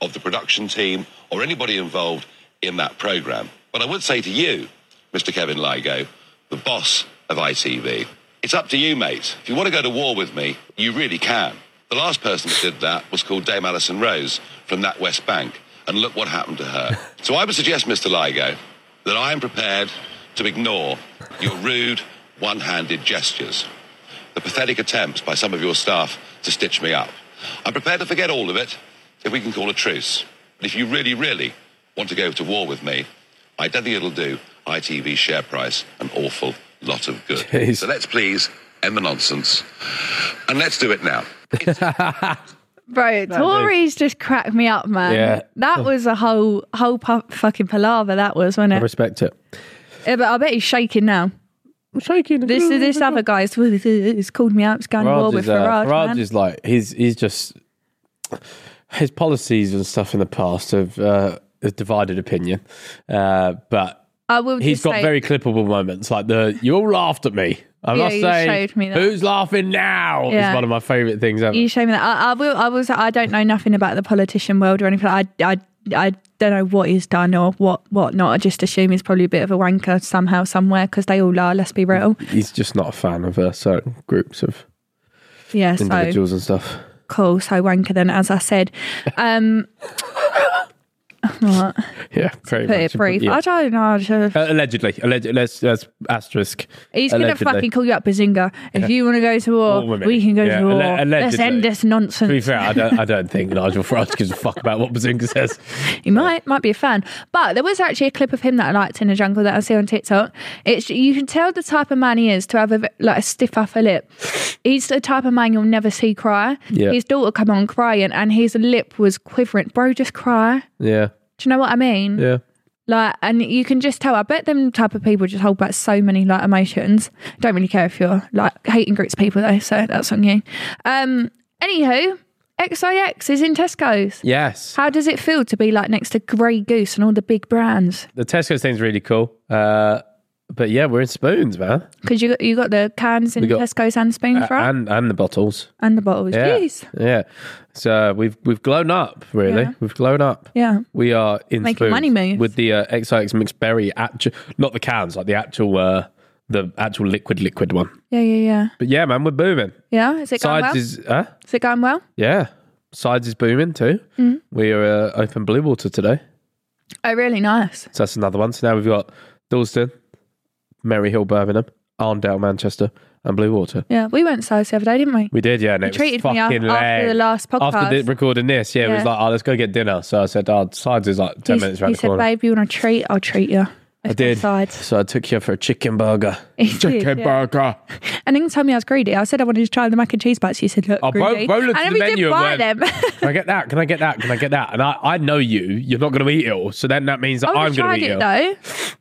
Speaker 4: of the production team or anybody involved in that programme. But I would say to you, Mr. Kevin Ligo, the boss of ITV, it's up to you, mate. If you want to go to war with me, you really can. The last person that did that was called Dame Alison Rose from that West Bank and look what happened to her. so I would suggest, Mr. Ligo, that I am prepared to ignore your rude, one handed gestures, the pathetic attempts by some of your staff to stitch me up. I'm prepared to forget all of it if we can call a truce. But if you really, really want to go to war with me, I don't think it'll do ITV share price an awful lot of good.
Speaker 2: Jeez.
Speaker 4: So let's please end the nonsense and let's do it now.
Speaker 1: Bro, Tories just cracked me up, man.
Speaker 2: Yeah.
Speaker 1: That was a whole whole pu- fucking palaver. That was, wasn't
Speaker 2: I
Speaker 1: it?
Speaker 2: respect it.
Speaker 1: Yeah, but I bet he's shaking now.
Speaker 2: I'm shaking.
Speaker 1: This this other guy's he's called me out. He's going to war
Speaker 2: Farage
Speaker 1: with
Speaker 2: is, uh,
Speaker 1: Farage,
Speaker 2: Farage
Speaker 1: man.
Speaker 2: is like he's he's just his policies and stuff in the past have uh, has divided opinion, uh, but
Speaker 1: I will
Speaker 2: he's
Speaker 1: just
Speaker 2: got
Speaker 1: say,
Speaker 2: very clippable moments like the "you all laughed at me." I
Speaker 1: Yeah,
Speaker 2: must
Speaker 1: you
Speaker 2: say,
Speaker 1: showed me that.
Speaker 2: who's laughing now?
Speaker 1: Yeah.
Speaker 2: Is one of my favorite things ever.
Speaker 1: You show me that. I, I will. I will. Say, I don't know nothing about the politician world or anything. I. I. I don't know what he's done or what what not. I just assume he's probably a bit of a wanker somehow, somewhere, because they all are. Let's be real.
Speaker 2: he's just not a fan of uh, certain groups of
Speaker 1: Yeah. So
Speaker 2: individuals and stuff.
Speaker 1: cool. So wanker then, as I said. Um, what?
Speaker 2: Yeah, very
Speaker 1: Put
Speaker 2: much.
Speaker 1: it brief.
Speaker 2: Yeah.
Speaker 1: I don't know. I just-
Speaker 2: Uh, allegedly, allegedly. Let's, let's asterisk.
Speaker 1: He's going to
Speaker 2: Allegedly.
Speaker 1: fucking call you up, Bazinga. If you want to go to war,
Speaker 2: War with me.
Speaker 1: we can go
Speaker 2: Yeah,
Speaker 1: to war.
Speaker 2: alle-
Speaker 1: Let's
Speaker 2: allegedly.
Speaker 1: end this
Speaker 2: To be
Speaker 1: nonsense.
Speaker 2: fair, I don't, I don't think Nigel Farage gives a fuck about what Bazinga says.
Speaker 1: He might might be a fan, but there was actually a clip of him that I liked in the jungle that I see on TikTok. It's you can tell the type of man he is to have a v- like a stiff upper lip. He's the type of man you'll never see cry.
Speaker 2: Yeah.
Speaker 1: His daughter come on crying, and his lip was quivering. Bro, just cry.
Speaker 2: Yeah,
Speaker 1: Do you know what I mean?
Speaker 2: yeah.
Speaker 1: Like, and you can just tell. I bet them type of people just hold back so many like emotions. Don't really care if you're like hating groups of people though. So that's on you. Um. Anywho, XIX is in Tesco's.
Speaker 2: Yes.
Speaker 1: How does it feel to be like next to Grey Goose and all the big brands?
Speaker 2: The Tesco thing's really cool. Uh, but yeah, we're in spoons, man.
Speaker 1: Because you got you got the cans in
Speaker 2: got-
Speaker 1: Tesco's and spoons, right? And,
Speaker 2: And and the bottles.
Speaker 1: the bottles.
Speaker 2: Yeah.
Speaker 1: Jeez.
Speaker 2: Yeah. So we've we've grown up, really.
Speaker 1: Yeah.
Speaker 2: We've grown up.
Speaker 1: Yeah.
Speaker 2: We are in
Speaker 1: Making
Speaker 2: spoons
Speaker 1: money moves.
Speaker 2: with the uh, XIX mixed berry actu- not the cans, like the actual uh, the actual liquid liquid one.
Speaker 1: Yeah. Yeah. Yeah.
Speaker 2: But yeah, man, we're booming.
Speaker 1: Yeah. Is it going
Speaker 2: Sides
Speaker 1: well? Is,
Speaker 2: is huh?
Speaker 1: it going well?
Speaker 2: Yeah. Sides is booming too.
Speaker 1: Mm-hmm.
Speaker 2: We are uh, open Blue Water today.
Speaker 1: Oh, really nice.
Speaker 2: So that's another one. So now we've got Dalston, Merry Hill, Birmingham, Arndale, Manchester, and Blue Water.
Speaker 1: Yeah. We went size the other day, didn't we?
Speaker 2: We did, yeah. And it
Speaker 1: treated
Speaker 2: was
Speaker 1: me
Speaker 2: fucking
Speaker 1: af- after
Speaker 2: lame.
Speaker 1: the last podcast.
Speaker 2: After thi- recording this, yeah, it was
Speaker 1: Yeah.
Speaker 2: like, oh, let's go get dinner. So I said, oh, sides is like 10
Speaker 1: He-
Speaker 2: minutes around
Speaker 1: he
Speaker 2: the
Speaker 1: said,
Speaker 2: corner.
Speaker 1: "Babe, you want a treat? I'll treat you."
Speaker 2: I did.
Speaker 1: Sides.
Speaker 2: So I took you for a chicken burger.
Speaker 1: He did,
Speaker 2: chicken
Speaker 1: yeah.
Speaker 2: burger.
Speaker 1: And then you told me I was greedy. I said I wanted to try the mac and cheese bites. You said, look,
Speaker 2: I
Speaker 1: greedy.
Speaker 2: ro- roll
Speaker 1: and
Speaker 2: it to
Speaker 1: then
Speaker 2: the
Speaker 1: we
Speaker 2: menu
Speaker 1: did
Speaker 2: and
Speaker 1: buy
Speaker 2: went,
Speaker 1: them.
Speaker 2: Can I get that? Can I get that? Can I get that? And I, I know you. You're not going to eat it all. So that, that means that
Speaker 1: I
Speaker 2: I'm
Speaker 1: would've
Speaker 2: going
Speaker 1: Oh, tried
Speaker 2: to eat
Speaker 1: it
Speaker 2: it. all.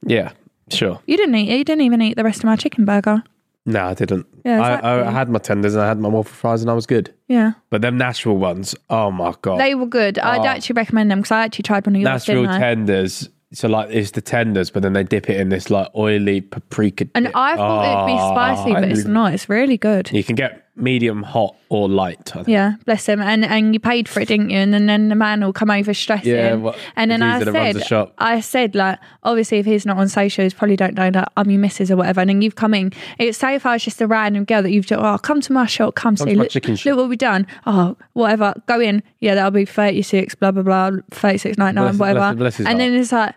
Speaker 1: though.
Speaker 2: Yeah, sure.
Speaker 1: You didn't eat it. You didn't even eat the rest of my chicken burger.
Speaker 2: No, I didn't.
Speaker 1: Yeah,
Speaker 2: I, I, I
Speaker 1: exactly.
Speaker 2: had my tenders and I had my waffle fries and I was good.
Speaker 1: Yeah.
Speaker 2: But them Nashville ones, oh my God.
Speaker 1: They were good. I'd
Speaker 2: Oh.
Speaker 1: actually recommend them because I actually tried one of yours.
Speaker 2: Nashville
Speaker 1: didn't I?
Speaker 2: tenders. So like it's the tenders, but then they dip it in this like oily paprika.
Speaker 1: And
Speaker 2: dip.
Speaker 1: I thought it'd be
Speaker 2: Oh,
Speaker 1: spicy, but it's not. It's really good. Yeah.
Speaker 2: You can get medium hot or light. I think.
Speaker 1: bless him. And and you paid for it, didn't you? And then, then the man will come over stressing.
Speaker 2: Yeah, what-
Speaker 1: and then
Speaker 2: he's
Speaker 1: I
Speaker 2: the one that runs the
Speaker 1: said,
Speaker 2: shop.
Speaker 1: I said, like, obviously, if he's not on socials, probably don't know that I'm your missus or whatever. And then you've come in. It's say if I was just a random girl that you've just, oh, come to my shop, come, see,
Speaker 2: to my
Speaker 1: look,
Speaker 2: chicken
Speaker 1: look
Speaker 2: shop."
Speaker 1: what we've done. Oh, whatever. Go in. Yeah, that'll be 36, blah, blah, blah, 36.99,
Speaker 2: Bless-
Speaker 1: whatever.
Speaker 2: bless- bless his
Speaker 1: and then
Speaker 2: heart.
Speaker 1: it's like,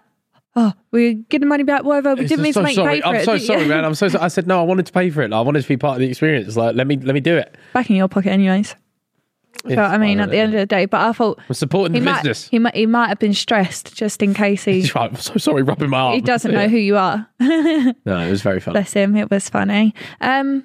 Speaker 1: oh, we get the money back, whatever. We
Speaker 2: It's
Speaker 1: didn't mean
Speaker 2: just
Speaker 1: to
Speaker 2: so
Speaker 1: make you pay
Speaker 2: sorry.
Speaker 1: for
Speaker 2: I'm
Speaker 1: it.
Speaker 2: so
Speaker 1: did you?"
Speaker 2: sorry, man. I'm so sorry. I said no. I wanted to pay for it. Like, I wanted to be part of the experience. Like, let me let me do it.
Speaker 1: back in your pocket, anyways.
Speaker 2: Yeah,
Speaker 1: But I
Speaker 2: fine,
Speaker 1: mean, at the end of the day, but I thought
Speaker 2: I'm supporting
Speaker 1: he
Speaker 2: the
Speaker 1: might,
Speaker 2: business.
Speaker 1: he might he might have been stressed just in case he
Speaker 2: He's right. I'm so sorry, rubbing my arm.
Speaker 1: he doesn't know who you are.
Speaker 2: No, it was very fun.
Speaker 1: Bless him, it was funny. Um,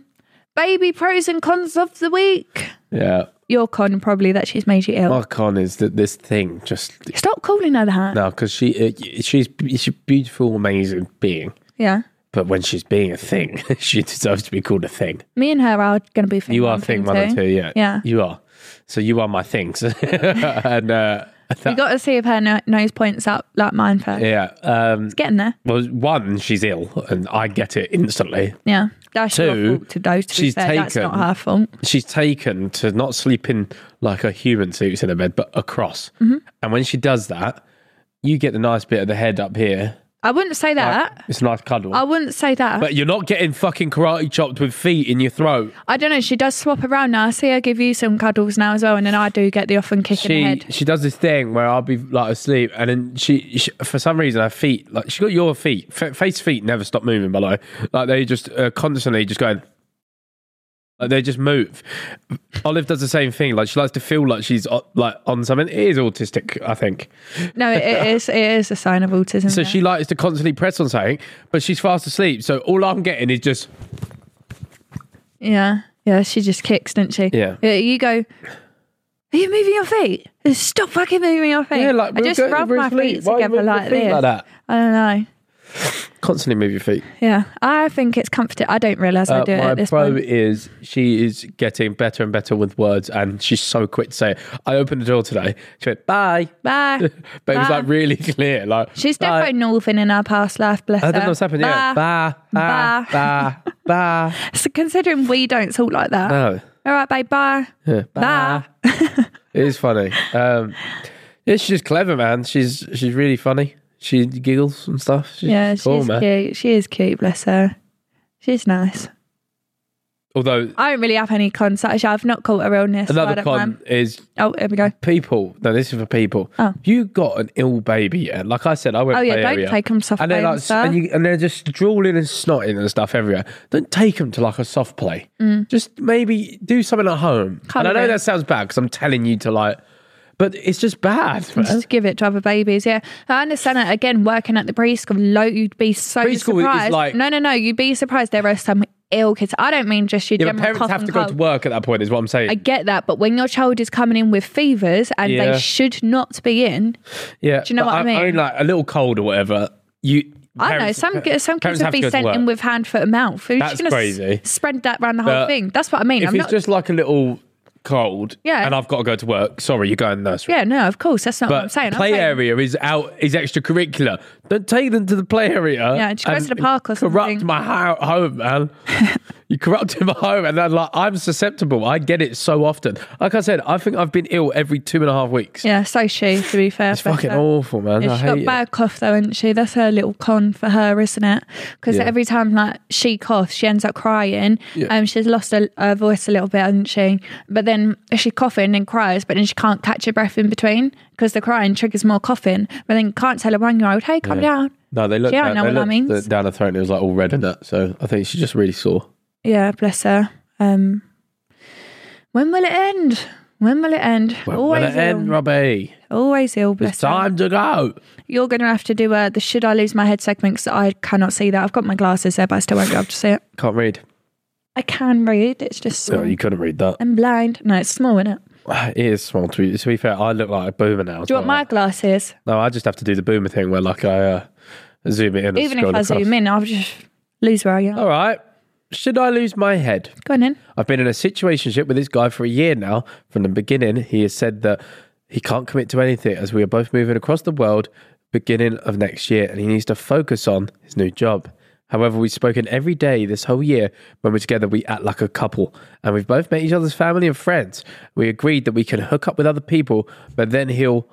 Speaker 1: baby pros and cons of the week.
Speaker 2: Yeah,
Speaker 1: your con probably that she's made you ill.
Speaker 2: My con is that this thing just
Speaker 1: Stop calling her that.
Speaker 2: no, because she uh, she's she's a beautiful, amazing being,
Speaker 1: Yeah.
Speaker 2: but when she's being a thing, she deserves to be called a thing.
Speaker 1: Me and her are going to be thing
Speaker 2: You are
Speaker 1: one,
Speaker 2: thing one and two, yeah,
Speaker 1: Yeah.
Speaker 2: you are. So you are my things, and uh,
Speaker 1: we got to see if her no- nose points up like mine first.
Speaker 2: yeah. Um,
Speaker 1: It's getting there.
Speaker 2: well, one, she's ill, and I get it instantly.
Speaker 1: Yeah. That's
Speaker 2: Two,
Speaker 1: your fault to those. To be
Speaker 2: she's
Speaker 1: fair. That's
Speaker 2: taken-
Speaker 1: not her fault.
Speaker 2: she's taken to not sleeping like a human sleeps in a bed, but across.
Speaker 1: Mm-hmm.
Speaker 2: And when she does that, you get the nice bit of the head up here.
Speaker 1: I wouldn't say that. Oh.
Speaker 2: It's a nice cuddle.
Speaker 1: I wouldn't say that.
Speaker 2: but you're not getting fucking karate chopped with feet in your throat.
Speaker 1: I don't know. She does swap around now. I see her give you some cuddles now as well, and then I do get the off and kick in the
Speaker 2: She
Speaker 1: head.
Speaker 2: she does this thing where I'll be like asleep, and then she, she for some reason her feet like she got your feet F- face feet never stop moving by the way like they just uh, constantly just going like they just move. Olive does the same thing like she likes to feel like she's uh, like on something. It is autistic, I think.
Speaker 1: No, it, it is. It is a sign of autism.
Speaker 2: So
Speaker 1: yeah.
Speaker 2: she likes to constantly press on something, but she's fast asleep. So all I'm getting is just
Speaker 1: Yeah, yeah. She just kicks, doesn't she?
Speaker 2: Yeah.
Speaker 1: You go. Are you moving your feet? Stop fucking moving your feet.
Speaker 2: yeah, like
Speaker 1: I
Speaker 2: we're
Speaker 1: just
Speaker 2: going-
Speaker 1: rub
Speaker 2: we're
Speaker 1: my
Speaker 2: asleep.
Speaker 1: feet
Speaker 2: Why are you
Speaker 1: together
Speaker 2: moving your
Speaker 1: like
Speaker 2: feet
Speaker 1: this.
Speaker 2: like that.
Speaker 1: I don't know.
Speaker 2: Constantly move your feet.
Speaker 1: Yeah, I think it's comforting. I don't realise I
Speaker 2: Uh,
Speaker 1: do it
Speaker 2: my
Speaker 1: at this
Speaker 2: pro
Speaker 1: point.
Speaker 2: is she is getting better and better with words, and she's so quick to say. It. I opened the door today. She went bye,
Speaker 1: Bye.
Speaker 2: but it was
Speaker 1: Bye.
Speaker 2: like really clear. Like
Speaker 1: She's
Speaker 2: "Bye."
Speaker 1: definitely northern in her past life. Bless
Speaker 2: I
Speaker 1: her.
Speaker 2: don't know what's happened. Yeah,
Speaker 1: Bye.
Speaker 2: bye, bye, bye, bye. Uh,
Speaker 1: So considering we don't talk like that.
Speaker 2: No.
Speaker 1: All right, babe. Bye.
Speaker 2: Yeah.
Speaker 1: Bye.
Speaker 2: it is funny. Um, yeah, she's clever, man. She's she's really funny. She giggles and stuff. She's
Speaker 1: Yeah, she's
Speaker 2: cool, man.
Speaker 1: cute. She is cute, bless her. She's nice.
Speaker 2: Although
Speaker 1: I don't really have any cons. Actually, I've not caught her illness. so I
Speaker 2: Another
Speaker 1: don't
Speaker 2: con
Speaker 1: mind.
Speaker 2: is
Speaker 1: Oh, here we go.
Speaker 2: people. No, this is for people.
Speaker 1: Oh.
Speaker 2: You got an ill baby, and like I said, I went.
Speaker 1: Oh, yeah,
Speaker 2: my
Speaker 1: don't
Speaker 2: area,
Speaker 1: take 'em soft
Speaker 2: And they're
Speaker 1: play and
Speaker 2: like,
Speaker 1: stuff.
Speaker 2: and, you, and they're just drooling and snotting and stuff everywhere. Don't take them to like a soft play. Just maybe do something at home.
Speaker 1: Colour
Speaker 2: and I know
Speaker 1: Mm. it.
Speaker 2: that sounds bad because I'm telling you to like, but it's just bad. Man.
Speaker 1: Just give it to other babies. Yeah, Uh, I understand that. Again, working at the preschool, lo- you'd be so
Speaker 2: Preschool is
Speaker 1: surprised.
Speaker 2: like-
Speaker 1: no, no, no. You'd be surprised there are some ill kids. I don't mean just your
Speaker 2: Yeah, but
Speaker 1: general
Speaker 2: parents
Speaker 1: cough
Speaker 2: have
Speaker 1: and
Speaker 2: to go
Speaker 1: cold.
Speaker 2: to work at that point. Is what I'm saying.
Speaker 1: I get that, but when your child is coming in with fevers and
Speaker 2: Yeah.
Speaker 1: they should not be in,
Speaker 2: yeah.
Speaker 1: do you know
Speaker 2: but
Speaker 1: what I mean?
Speaker 2: Own, like a little cold or whatever. You.
Speaker 1: I know
Speaker 2: parents-
Speaker 1: some ki- some kids
Speaker 2: parents
Speaker 1: would
Speaker 2: have to
Speaker 1: be
Speaker 2: go to
Speaker 1: sent
Speaker 2: work.
Speaker 1: in with hand, foot, and mouth. Who's
Speaker 2: That's
Speaker 1: gonna s-
Speaker 2: crazy.
Speaker 1: spread that around the whole
Speaker 2: But
Speaker 1: thing. That's what I mean.
Speaker 2: If
Speaker 1: I'm
Speaker 2: it's
Speaker 1: not
Speaker 2: just like a little cold,
Speaker 1: Yeah.
Speaker 2: and I've got to go to work. Sorry, you're going nursery.
Speaker 1: Yeah, no, of course. That's not what
Speaker 2: But
Speaker 1: I'm saying. I'm
Speaker 2: play
Speaker 1: saying-
Speaker 2: area is out is extracurricular. Don't take them to the play area.
Speaker 1: Yeah, just go
Speaker 2: and
Speaker 1: to the park or
Speaker 2: corrupt
Speaker 1: something.
Speaker 2: my ho- home, man. you corrupted my home, and then like I'm susceptible. I get it so often. Like I said, I think I've been ill every two and a half weeks.
Speaker 1: Yeah, so she, to be fair. uh,
Speaker 2: it's fucking awful, man. I
Speaker 1: Yeah, she
Speaker 2: hate
Speaker 1: got
Speaker 2: it.
Speaker 1: bad cough though, isn't she? That's her little con for her, isn't it? Because
Speaker 2: Yeah.
Speaker 1: every time like she coughs, she ends up crying.
Speaker 2: Yeah.
Speaker 1: Um, she's lost her, her voice a little bit, hasn't she? But then she coughing and cries, but then she can't catch her breath in between because the crying triggers more coughing. But then you can't tell a one year old, "Hey, calm down."
Speaker 2: No, they looked,
Speaker 1: Yeah, I
Speaker 2: down,
Speaker 1: know
Speaker 2: they
Speaker 1: what that
Speaker 2: looked
Speaker 1: means.
Speaker 2: th- down her throat and it was like all red and that. So I think she's just really sore.
Speaker 1: Yeah, bless her. Um, when will it end? When will it end?
Speaker 2: When will
Speaker 1: always
Speaker 2: it end,
Speaker 1: ill.
Speaker 2: Robbie?
Speaker 1: Always ill. Bless
Speaker 2: It's
Speaker 1: her.
Speaker 2: time to go.
Speaker 1: You're going to have to do uh, the should I lose my head segment because I cannot see that. I've got my glasses there, but I still won't be able to see it.
Speaker 2: Can't read.
Speaker 1: I can read. It's just
Speaker 2: No,
Speaker 1: small.
Speaker 2: you couldn't read that.
Speaker 1: I'm blind. No, it's small, isn't it?
Speaker 2: It is small. To be, to be fair, I look like a boomer now.
Speaker 1: Do you want my glasses?
Speaker 2: No, I just have to do the boomer thing where like I uh, zoom it in. And
Speaker 1: Even if I zoom in, I'll just lose where I am.
Speaker 2: All right. Should I lose my head?
Speaker 1: Go on in.
Speaker 2: I've been in a situationship with this guy for a year now. From the beginning, he has said that he can't commit to anything as we are both moving across the world beginning of next year and he needs to focus on his new job. However, we've spoken every day this whole year. When we're together, we act like a couple. And we've both met each other's family and friends. We agreed that we can hook up with other people, but then he'll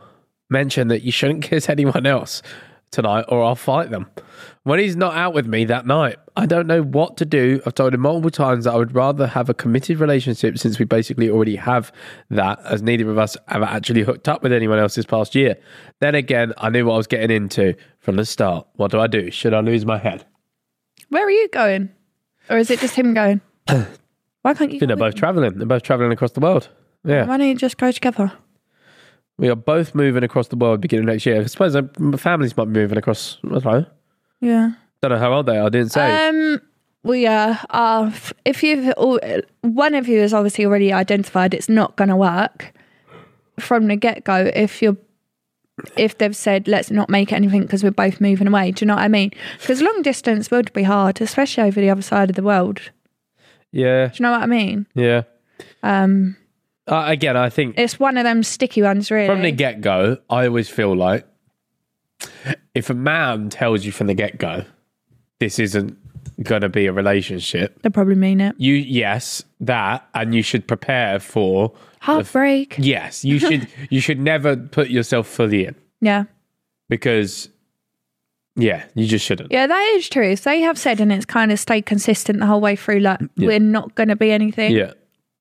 Speaker 2: mention that you shouldn't kiss anyone else tonight or I'll fight them. When he's not out with me that night, I don't know what to do. I've told him multiple times that I would rather have a committed relationship since we basically already have that, as neither of us have actually hooked up with anyone else this past year. Then again, I knew what I was getting into from the start. What do I do? Should I lose my head?
Speaker 1: Where are you going? Or is it just him going? Why can't you?
Speaker 2: They're
Speaker 1: go with-
Speaker 2: both traveling. They're both traveling across the world. Yeah.
Speaker 1: Why don't you just go together?
Speaker 2: We are both moving across the world beginning of next year. I suppose um, uh, families might be moving across. I don't know.
Speaker 1: Yeah.
Speaker 2: Don't know how old they are. I didn't say.
Speaker 1: Um, we uh, are. f- If you've all, one of you has obviously already identified it's not going to work from the get go. If you're if they've said let's not make anything because we're both moving away, do you know what I mean? Because long distance would be hard, especially over the other side of the world. Do
Speaker 2: Yeah,
Speaker 1: you know what I mean?
Speaker 2: yeah. Um, uh, again, I think
Speaker 1: It's one of them sticky ones, really.
Speaker 2: from the get go, I always feel like if a man tells you from the get go, this isn't going to be a relationship,
Speaker 1: they probably mean it.
Speaker 2: you, yes, that, and you should prepare for,
Speaker 1: Heartbreak.
Speaker 2: yes, you should, you should never put yourself fully in
Speaker 1: Yeah.
Speaker 2: because, yeah, you just shouldn't.
Speaker 1: Yeah, that is true. So they have said, and it's kind of stayed consistent the whole way through. Like we're not going to be anything.
Speaker 2: Yeah.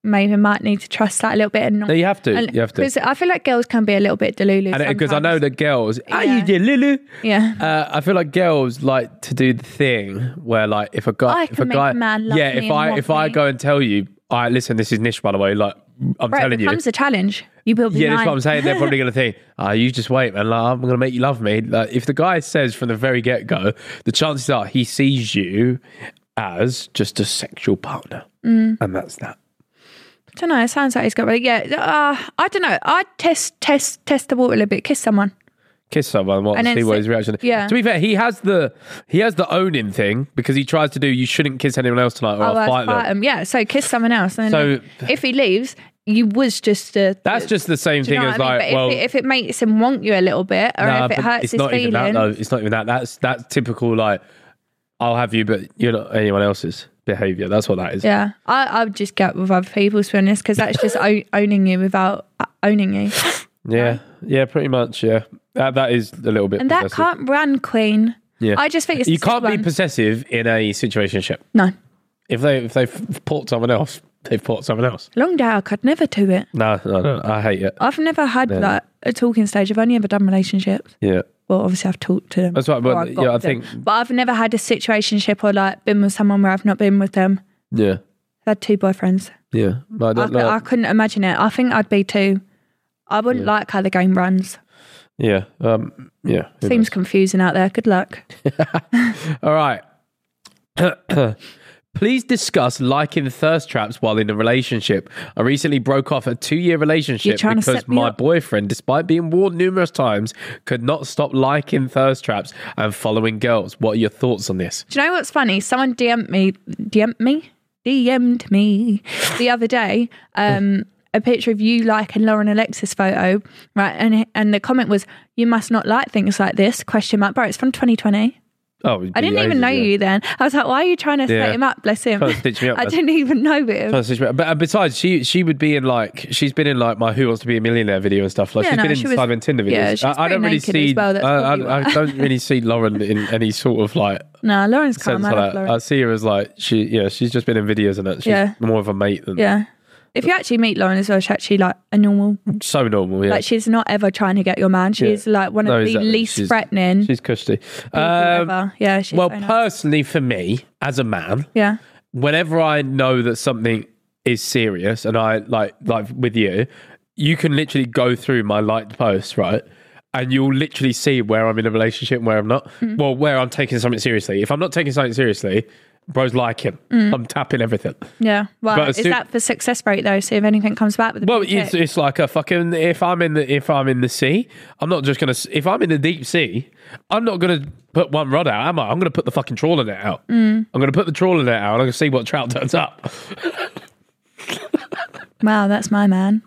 Speaker 1: Maybe might need to trust that a little bit and not.
Speaker 2: No, you have to.
Speaker 1: and-
Speaker 2: you have to.
Speaker 1: 'cause I feel like girls can be a little bit delulu.
Speaker 2: And because I know
Speaker 1: sometimes.
Speaker 2: the girls, ah,
Speaker 1: Yeah.
Speaker 2: you did, Lulu.
Speaker 1: Yeah.
Speaker 2: Uh, I feel like girls like to do the thing where, like, if a guy,
Speaker 1: I
Speaker 2: if
Speaker 1: can
Speaker 2: a
Speaker 1: make
Speaker 2: guy,
Speaker 1: a man love
Speaker 2: yeah,
Speaker 1: me
Speaker 2: if
Speaker 1: and
Speaker 2: I,
Speaker 1: want
Speaker 2: if I
Speaker 1: me.
Speaker 2: go and tell you, I listen, this is Nish, by the way. Like, I'm
Speaker 1: Right, it
Speaker 2: telling you,
Speaker 1: becomes a challenge. You build.
Speaker 2: yeah, that's what I'm saying. They're probably going to think, ah, you just wait, man. Like, I'm going to make you love me. Like, if the guy says from the very get go, the chances are he sees you as just a sexual partner,
Speaker 1: Mm.
Speaker 2: and that's that.
Speaker 1: I don't know. It sounds like he's got really. Yeah. Uh, I don't know. I'd test, test, test the water a little bit. Kiss someone.
Speaker 2: kiss someone
Speaker 1: And
Speaker 2: and
Speaker 1: then
Speaker 2: see what
Speaker 1: sit-
Speaker 2: his reaction.
Speaker 1: yeah.
Speaker 2: To be fair, he has the he has the owning thing because he tries to do you shouldn't kiss anyone else tonight or I'll
Speaker 1: Otherwise,
Speaker 2: fight them.
Speaker 1: them. uh, Yeah. So kiss someone else. And then
Speaker 2: So-
Speaker 1: if he leaves, you was just a.
Speaker 2: That's just the same
Speaker 1: do you
Speaker 2: thing
Speaker 1: know
Speaker 2: as
Speaker 1: what I mean?
Speaker 2: like
Speaker 1: but
Speaker 2: well.
Speaker 1: if, it, if it makes him want you a little bit, or
Speaker 2: nah,
Speaker 1: if it
Speaker 2: but
Speaker 1: hurts
Speaker 2: it's
Speaker 1: his
Speaker 2: not
Speaker 1: feelings,
Speaker 2: even that though. It's not even that. That's that's typical like I'll have you, but you're not anyone else's behavior. That's what that is.
Speaker 1: Yeah, I, I would just get with other people to be honest, because that's just o- owning you without uh, owning you,
Speaker 2: yeah, Yeah, pretty much. Yeah, that that is a little bit.
Speaker 1: and that
Speaker 2: possessive.
Speaker 1: can't run, Queen.
Speaker 2: Yeah.
Speaker 1: I just think it's
Speaker 2: you
Speaker 1: the sick
Speaker 2: can't be
Speaker 1: one.
Speaker 2: possessive in a situationship.
Speaker 1: no
Speaker 2: If they if they've port someone else, they've port someone else.
Speaker 1: long day. I could never do it.
Speaker 2: No, no, no. I hate it.
Speaker 1: I've never had that a talking stage. I've only ever done relationships.
Speaker 2: Yeah.
Speaker 1: Well, obviously I've talked to them.
Speaker 2: That's right, but
Speaker 1: or I've got
Speaker 2: yeah, I
Speaker 1: with them.
Speaker 2: think-
Speaker 1: But I've never had a situationship or like been with someone where I've not been with them.
Speaker 2: Yeah.
Speaker 1: I had two boyfriends.
Speaker 2: Yeah, but I
Speaker 1: I,
Speaker 2: don't
Speaker 1: cou-
Speaker 2: know.
Speaker 1: I couldn't imagine it. I think I'd be too. I wouldn't like how the game runs.
Speaker 2: yeah, um, yeah. who
Speaker 1: Seems confusing out there. Good luck.
Speaker 2: knows? All right. Please discuss liking thirst traps while in a relationship. I recently broke off a two-year
Speaker 1: You're
Speaker 2: relationship
Speaker 1: trying to
Speaker 2: because
Speaker 1: set me
Speaker 2: my
Speaker 1: up.
Speaker 2: boyfriend, despite being warned numerous times, could not stop liking thirst traps and following girls. What are your thoughts on this?
Speaker 1: Do you know what's funny? Someone DM'd me, DM'd me, DM'd me the other day. Um, a picture of you like and Lauren Alexis photo, right? And and the comment was, "You must not like things like this." Question mark. Bro, it's from 2020.
Speaker 2: Oh,
Speaker 1: I didn't even know you then. I was like, "Why are you trying to set
Speaker 2: Yeah.
Speaker 1: him up?" Bless him.
Speaker 2: Trying to stitch me up,
Speaker 1: I
Speaker 2: man.
Speaker 1: didn't even know him.
Speaker 2: But and besides, she she would be in like she's been in like my Who Wants to Be a Millionaire video and stuff. Like
Speaker 1: Yeah,
Speaker 2: she's
Speaker 1: no,
Speaker 2: been in
Speaker 1: she was-
Speaker 2: Simon Tinder videos.
Speaker 1: yeah, she was
Speaker 2: I, I don't
Speaker 1: pretty
Speaker 2: really
Speaker 1: naked as
Speaker 2: see.
Speaker 1: well, that's
Speaker 2: I,
Speaker 1: probably
Speaker 2: I, I
Speaker 1: why.
Speaker 2: don't really see Lauren in any sort of like
Speaker 1: No, Lauren's calm.
Speaker 2: sense
Speaker 1: I
Speaker 2: of
Speaker 1: love
Speaker 2: that.
Speaker 1: Lauren.
Speaker 2: I see her as like she, yeah, she's just been in videos and that. She's
Speaker 1: Yeah.
Speaker 2: more of a mate than
Speaker 1: Yeah. If you actually meet Lauren as well, she's actually like a normal.
Speaker 2: so normal. Yeah,
Speaker 1: Like she's not ever trying to get your man. She's like one of
Speaker 2: No,
Speaker 1: the
Speaker 2: exactly.
Speaker 1: least
Speaker 2: She's-
Speaker 1: threatening.
Speaker 2: she's cushy.
Speaker 1: people
Speaker 2: Um,
Speaker 1: ever. Yeah. She's
Speaker 2: well,
Speaker 1: so nice.
Speaker 2: personally, for me as a man,
Speaker 1: yeah.
Speaker 2: whenever I know that something is serious, and I like like with you, you can literally go through my liked posts, right? And you'll literally see where I'm in a relationship and where I'm not.
Speaker 1: Mm.
Speaker 2: Well, where I'm taking something seriously. If I'm not taking something seriously, bro's liking.
Speaker 1: Mm.
Speaker 2: I'm tapping everything.
Speaker 1: Yeah. Well,
Speaker 2: But
Speaker 1: is
Speaker 2: as soon-
Speaker 1: that for success rate though? See if anything comes back with the
Speaker 2: Well,
Speaker 1: big
Speaker 2: it's,
Speaker 1: tick.
Speaker 2: it's like a fucking. If I'm in the if I'm in the sea, I'm not just gonna. s- If I'm in the deep sea, I'm not gonna put one rod out, am I? I'm gonna put the fucking trawler net out.
Speaker 1: Mm.
Speaker 2: I'm gonna put the trawler net out, and I'm gonna see what trout turns up.
Speaker 1: wow, that's my man.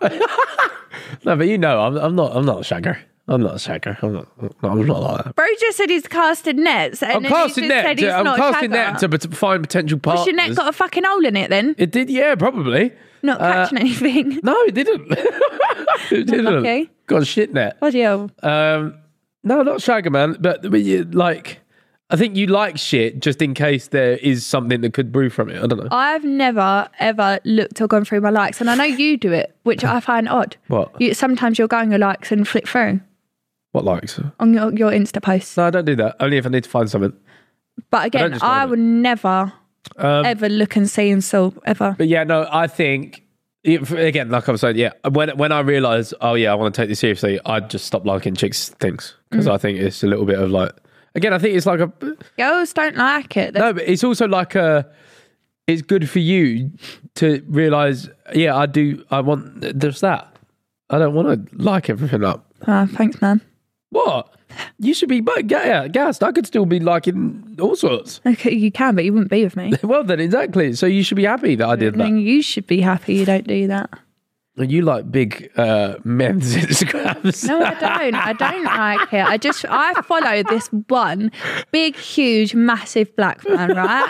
Speaker 2: No, but you know, I'm, I'm not. I'm not a shagger. I'm not a shagger. I'm not. I'm not like that.
Speaker 1: Bro just said he's casted nets, and
Speaker 2: I'm
Speaker 1: then he
Speaker 2: casting
Speaker 1: just said
Speaker 2: net.
Speaker 1: he's
Speaker 2: To, I'm
Speaker 1: not
Speaker 2: casting
Speaker 1: a
Speaker 2: net to pot- find potential partners.
Speaker 1: Has your net got a fucking hole in it then?
Speaker 2: it did, yeah, probably.
Speaker 1: Not
Speaker 2: Uh,
Speaker 1: catching anything.
Speaker 2: No, it didn't. it didn't.
Speaker 1: Unlucky.
Speaker 2: Got a shit net.
Speaker 1: Bloody hell.
Speaker 2: Um, no, not Shagger Man, but, but you, like, I think you like shit just in case there is something that could brew from it. I don't know.
Speaker 1: I've never ever looked or gone through my likes, and I know you do it, which I find odd.
Speaker 2: What?
Speaker 1: You, sometimes you'll go on your likes and flip through
Speaker 2: what likes?
Speaker 1: on your, your Insta posts.
Speaker 2: No, I don't do that. Only if I need to find something.
Speaker 1: But
Speaker 2: I don't
Speaker 1: again,
Speaker 2: just
Speaker 1: I,
Speaker 2: love it. Um,
Speaker 1: would never ever look and see and so ever.
Speaker 2: But yeah, no, I think if- again, like I was saying, yeah, when when I Mm. realised, oh yeah, I want to take this seriously, I just stopped liking chicks things because I think it's a little bit of like, Again, I think it's like a
Speaker 1: Girls don't like it.
Speaker 2: no, but it's also like a. It's good for you to realize. Yeah, I do. I want. There's that. I don't want to like everything up.
Speaker 1: Oh, thanks, man.
Speaker 2: What? You should be bu- ga- gassed. I could still be liking all sorts.
Speaker 1: Okay, you can, but you wouldn't be with me.
Speaker 2: Well, then, exactly. So you should be happy that I did
Speaker 1: I
Speaker 2: that.
Speaker 1: mean, you should be happy you don't do that.
Speaker 2: You like big uh, men's Instagrams.
Speaker 1: No, I don't. I don't like it. I just I follow this one big, huge, massive black man, right?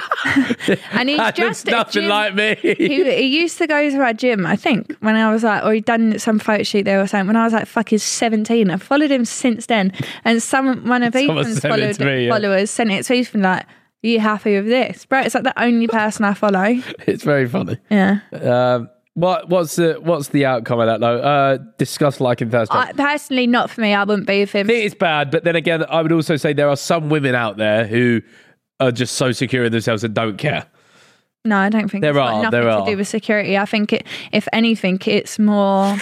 Speaker 1: and he's
Speaker 2: That looks
Speaker 1: just at
Speaker 2: nothing
Speaker 1: gym-
Speaker 2: like me.
Speaker 1: He, he used to go to our gym, I think, when I was like, or he'd done some photo shoot there or something. When I was like, fucking seventeen, I've followed him since then. And some one of
Speaker 2: Someone
Speaker 1: Ethan's
Speaker 2: sent it
Speaker 1: followed,
Speaker 2: to me, yeah.
Speaker 1: followers sent it to Ethan like, "Are you happy with this, bro?" It's like the only person I follow.
Speaker 2: It's very funny.
Speaker 1: Yeah.
Speaker 2: Um, what what's the what's the outcome of that though? Uh, discuss liking Thursday. I
Speaker 1: I, personally, not for me. I wouldn't be with him.
Speaker 2: think it's bad, but then again, I would also say there are some women out there who are just so secure in themselves and don't care.
Speaker 1: No, I don't think
Speaker 2: There
Speaker 1: it's got
Speaker 2: are,
Speaker 1: nothing
Speaker 2: there
Speaker 1: to
Speaker 2: are.
Speaker 1: do with security. I think it, if anything, it's more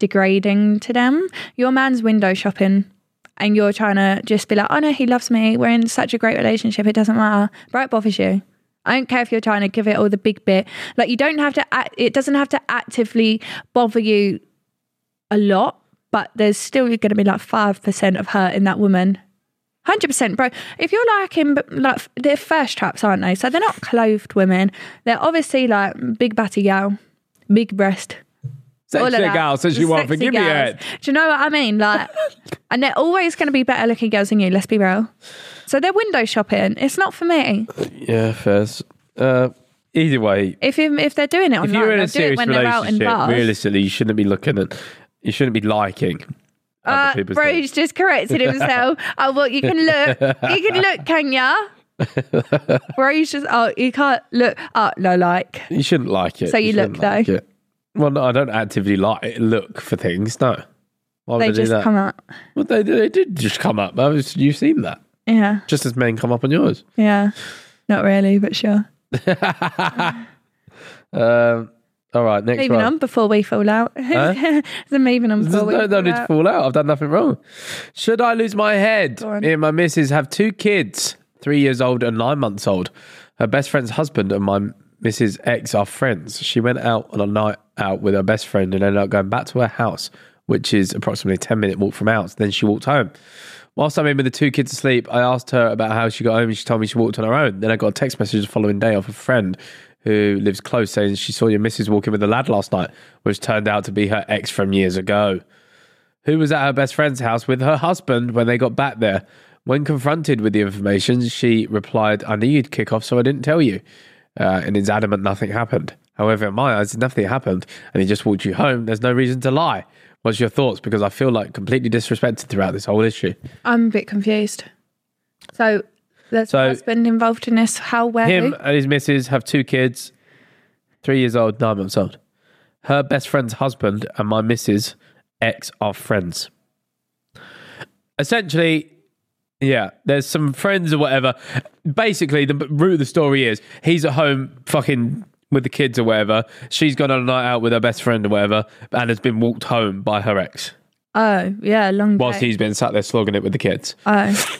Speaker 1: degrading to them. Your man's window shopping, and you're trying to just be like, "Oh no, he loves me. We're in such a great relationship. It doesn't matter." Bro, it bothers you. I don't care if you're trying to give it all the big bit. Like you don't have to. Act, it doesn't have to actively bother you a lot, but there's still going to be like five percent of hurt in that woman Hundred percent, bro. If you're like him, but, like they're first traps, aren't they? So they're not clothed women. They're obviously like big batty gal, big breast. all of
Speaker 2: Sexy
Speaker 1: that.
Speaker 2: girl says
Speaker 1: Oh, The
Speaker 2: you won't
Speaker 1: sexy
Speaker 2: forgive me.
Speaker 1: gals.
Speaker 2: Ed.
Speaker 1: Do you know what I mean? Like, and they're always going to be better looking girls than you. Let's be real. So they're window shopping. It's not for me.
Speaker 2: Yeah, fairs. Uh, either way,
Speaker 1: If you, if they're doing it online,
Speaker 2: if you're
Speaker 1: they'll
Speaker 2: in a
Speaker 1: do it
Speaker 2: serious
Speaker 1: when they're out in
Speaker 2: relationship,
Speaker 1: bars.
Speaker 2: realistically, you shouldn't be looking at, you shouldn't be liking other
Speaker 1: Uh,
Speaker 2: people's
Speaker 1: Bro's just corrected himself. oh, well, you can look. You can look, can ya? Bro's just, oh, you can't look. Oh, no, like.
Speaker 2: You shouldn't like it.
Speaker 1: So you look,
Speaker 2: shouldn't like
Speaker 1: though?
Speaker 2: it. Well, no, I don't actively like look for things. No, why would I
Speaker 1: They
Speaker 2: do
Speaker 1: just
Speaker 2: that?
Speaker 1: come out.
Speaker 2: Well, they, they did just come up. I was, you've seen that.
Speaker 1: Yeah,
Speaker 2: Just as men come up on yours.
Speaker 1: yeah. Not really, but sure.
Speaker 2: Um, all right, next
Speaker 1: Moving
Speaker 2: one.
Speaker 1: on before we fall out. the moving on before
Speaker 2: There's
Speaker 1: we
Speaker 2: no,
Speaker 1: fall
Speaker 2: no need to
Speaker 1: out.
Speaker 2: fall out. I've done nothing wrong. Should I lose my head?
Speaker 1: on.
Speaker 2: Me and my missus have two kids, three years old and nine months old. Her best friend's husband and my missus' ex are friends. She went out on a night out with her best friend and ended up going back to her house, which is approximately a 10 minute walk from ours. Then she walked home. Whilst I'm in with the two kids asleep, I asked her about how she got home and she told me she walked on her own. Then I got a text message the following day off a friend who lives close saying she saw your missus walking with a lad last night, which turned out to be her ex from years ago who was at her best friend's house with her husband when they got back there. When confronted with the information, she replied, I knew you'd kick off, so I didn't tell you. Uh, and is adamant nothing happened. However, in my eyes, nothing happened, and he just walked you home. There's no reason to lie. What's your thoughts? Because I feel like completely disrespected throughout this whole issue.
Speaker 1: I'm a bit confused. So there's
Speaker 2: So-
Speaker 1: a husband involved in this. How, where,
Speaker 2: Him
Speaker 1: who?
Speaker 2: and his missus have two kids, three years old, nine months old. Her best friend's husband and my missus ex are friends. Essentially, yeah, there's some friends or whatever. Basically, the root of the story is he's at home fucking with the kids or whatever. She's gone on a night out with her best friend or whatever and has been walked home by her ex
Speaker 1: Oh, yeah, long
Speaker 2: whilst
Speaker 1: day.
Speaker 2: he's been sat there slogging it with the kids.
Speaker 1: Oh,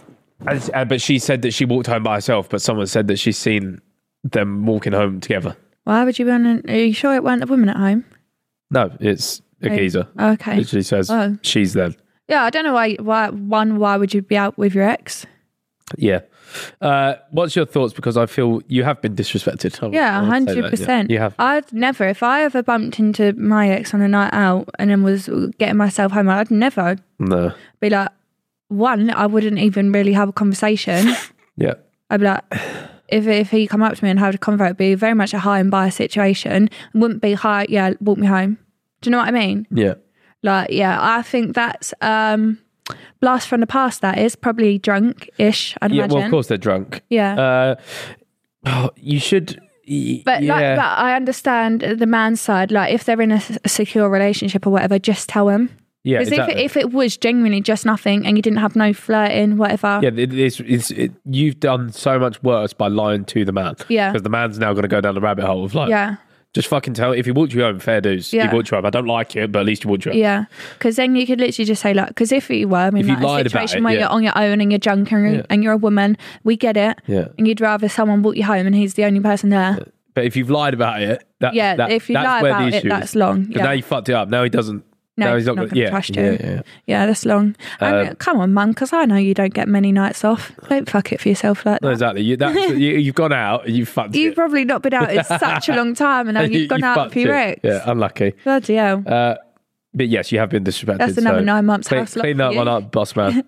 Speaker 2: And, uh, but she said that she walked home by herself, but someone said that she's seen them walking home together.
Speaker 1: why would you be on? An, are you sure it weren't a woman at home?
Speaker 2: No, it's a geezer.
Speaker 1: Oh, Okay.
Speaker 2: Literally says
Speaker 1: Oh.
Speaker 2: she's them.
Speaker 1: Yeah, I don't know why. Why one? Why would you be out with your ex?
Speaker 2: Yeah. Uh, what's your thoughts? Because I feel you have been disrespected. I would-
Speaker 1: Yeah,
Speaker 2: I would say that,
Speaker 1: hundred
Speaker 2: yeah.
Speaker 1: percent. Uh,
Speaker 2: You have.
Speaker 1: I'd never, if I ever bumped into my ex on a night out and then was getting myself home, I'd never
Speaker 2: No.
Speaker 1: be like, one, I wouldn't even really have a conversation.
Speaker 2: Yeah.
Speaker 1: I'd be like, if if he come up to me and had a convo, it'd be very much a high and by situation. It wouldn't be high. Yeah, walk me home. Do you know what I mean?
Speaker 2: Yeah.
Speaker 1: Like, yeah, I think that's um blast from the past. That is probably drunk ish. I'd
Speaker 2: Yeah.
Speaker 1: imagine.
Speaker 2: Well, of course they're drunk.
Speaker 1: Yeah.
Speaker 2: Uh, oh, you should.
Speaker 1: But
Speaker 2: yeah.
Speaker 1: like, but I understand the man's side. Like, if they're in a s- a secure relationship or whatever, just tell him.
Speaker 2: yeah.
Speaker 1: Because
Speaker 2: Exactly.
Speaker 1: if, if it was genuinely just nothing and you didn't have no flirting, whatever,
Speaker 2: yeah, it, it's, it's, it, you've done so much worse by lying to the man.
Speaker 1: Yeah.
Speaker 2: Because the man's now going to go down the rabbit hole of like,
Speaker 1: Yeah.
Speaker 2: Just fucking tell. If he walked you home, fair dues.
Speaker 1: Yeah.
Speaker 2: He walked you home. I don't like it, but at least you walked you home.
Speaker 1: Yeah, because then you could literally just say like, because if you were, I mean,
Speaker 2: you
Speaker 1: like a
Speaker 2: lied about
Speaker 1: situation
Speaker 2: it,
Speaker 1: where
Speaker 2: yeah.
Speaker 1: you're on your own and you're drunk and,
Speaker 2: Yeah.
Speaker 1: you're and you're a woman, we get it.
Speaker 2: Yeah.
Speaker 1: And you'd rather someone walk you home and he's the only person there.
Speaker 2: But if you've lied about it, that,
Speaker 1: Yeah,
Speaker 2: that-
Speaker 1: if you
Speaker 2: that's
Speaker 1: lie
Speaker 2: where
Speaker 1: about
Speaker 2: the
Speaker 1: it,
Speaker 2: issue is.
Speaker 1: that's long,
Speaker 2: 'Cause
Speaker 1: yeah.
Speaker 2: Now he fucked it up. Now he doesn't.
Speaker 1: No,
Speaker 2: now
Speaker 1: he's not
Speaker 2: gonna-
Speaker 1: gonna
Speaker 2: yeah,
Speaker 1: trust you.
Speaker 2: Yeah, yeah. Um,
Speaker 1: Yeah, that's long. And come on, mum, because I know you don't get many nights off. Don't fuck it for yourself like
Speaker 2: No,
Speaker 1: that.
Speaker 2: exactly. You, that's, you, you've gone out and you've fucked
Speaker 1: You've
Speaker 2: it.
Speaker 1: probably not been out in such a long time, and now
Speaker 2: You-
Speaker 1: you've gone
Speaker 2: you
Speaker 1: out
Speaker 2: fucked
Speaker 1: a few
Speaker 2: it.
Speaker 1: wrecks.
Speaker 2: Yeah, unlucky.
Speaker 1: Bloody hell.
Speaker 2: Uh, but yes, you have been disrespected.
Speaker 1: That's another
Speaker 2: so
Speaker 1: nine months
Speaker 2: Clean,
Speaker 1: house lot
Speaker 2: clean
Speaker 1: for
Speaker 2: that
Speaker 1: you.
Speaker 2: one up, boss man.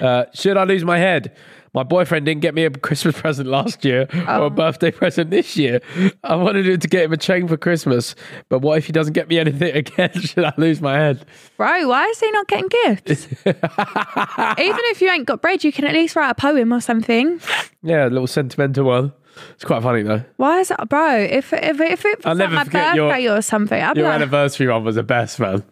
Speaker 2: uh, should I lose my head? My boyfriend didn't get me a Christmas present last year
Speaker 1: Oh.
Speaker 2: or a birthday present this year. I wanted him to get him a chain for Christmas, but what if he doesn't get me anything again? should I lose my head?
Speaker 1: Bro, why is he not getting gifts? Even if you ain't got bread, you can at least write a poem or something.
Speaker 2: Yeah, a little sentimental one. It's quite funny though.
Speaker 1: Why is that, bro? If if if it
Speaker 2: I'll
Speaker 1: was like
Speaker 2: never
Speaker 1: my
Speaker 2: forget
Speaker 1: birthday
Speaker 2: your-
Speaker 1: or something, I'd be
Speaker 2: Your
Speaker 1: like,
Speaker 2: anniversary one was the best, man.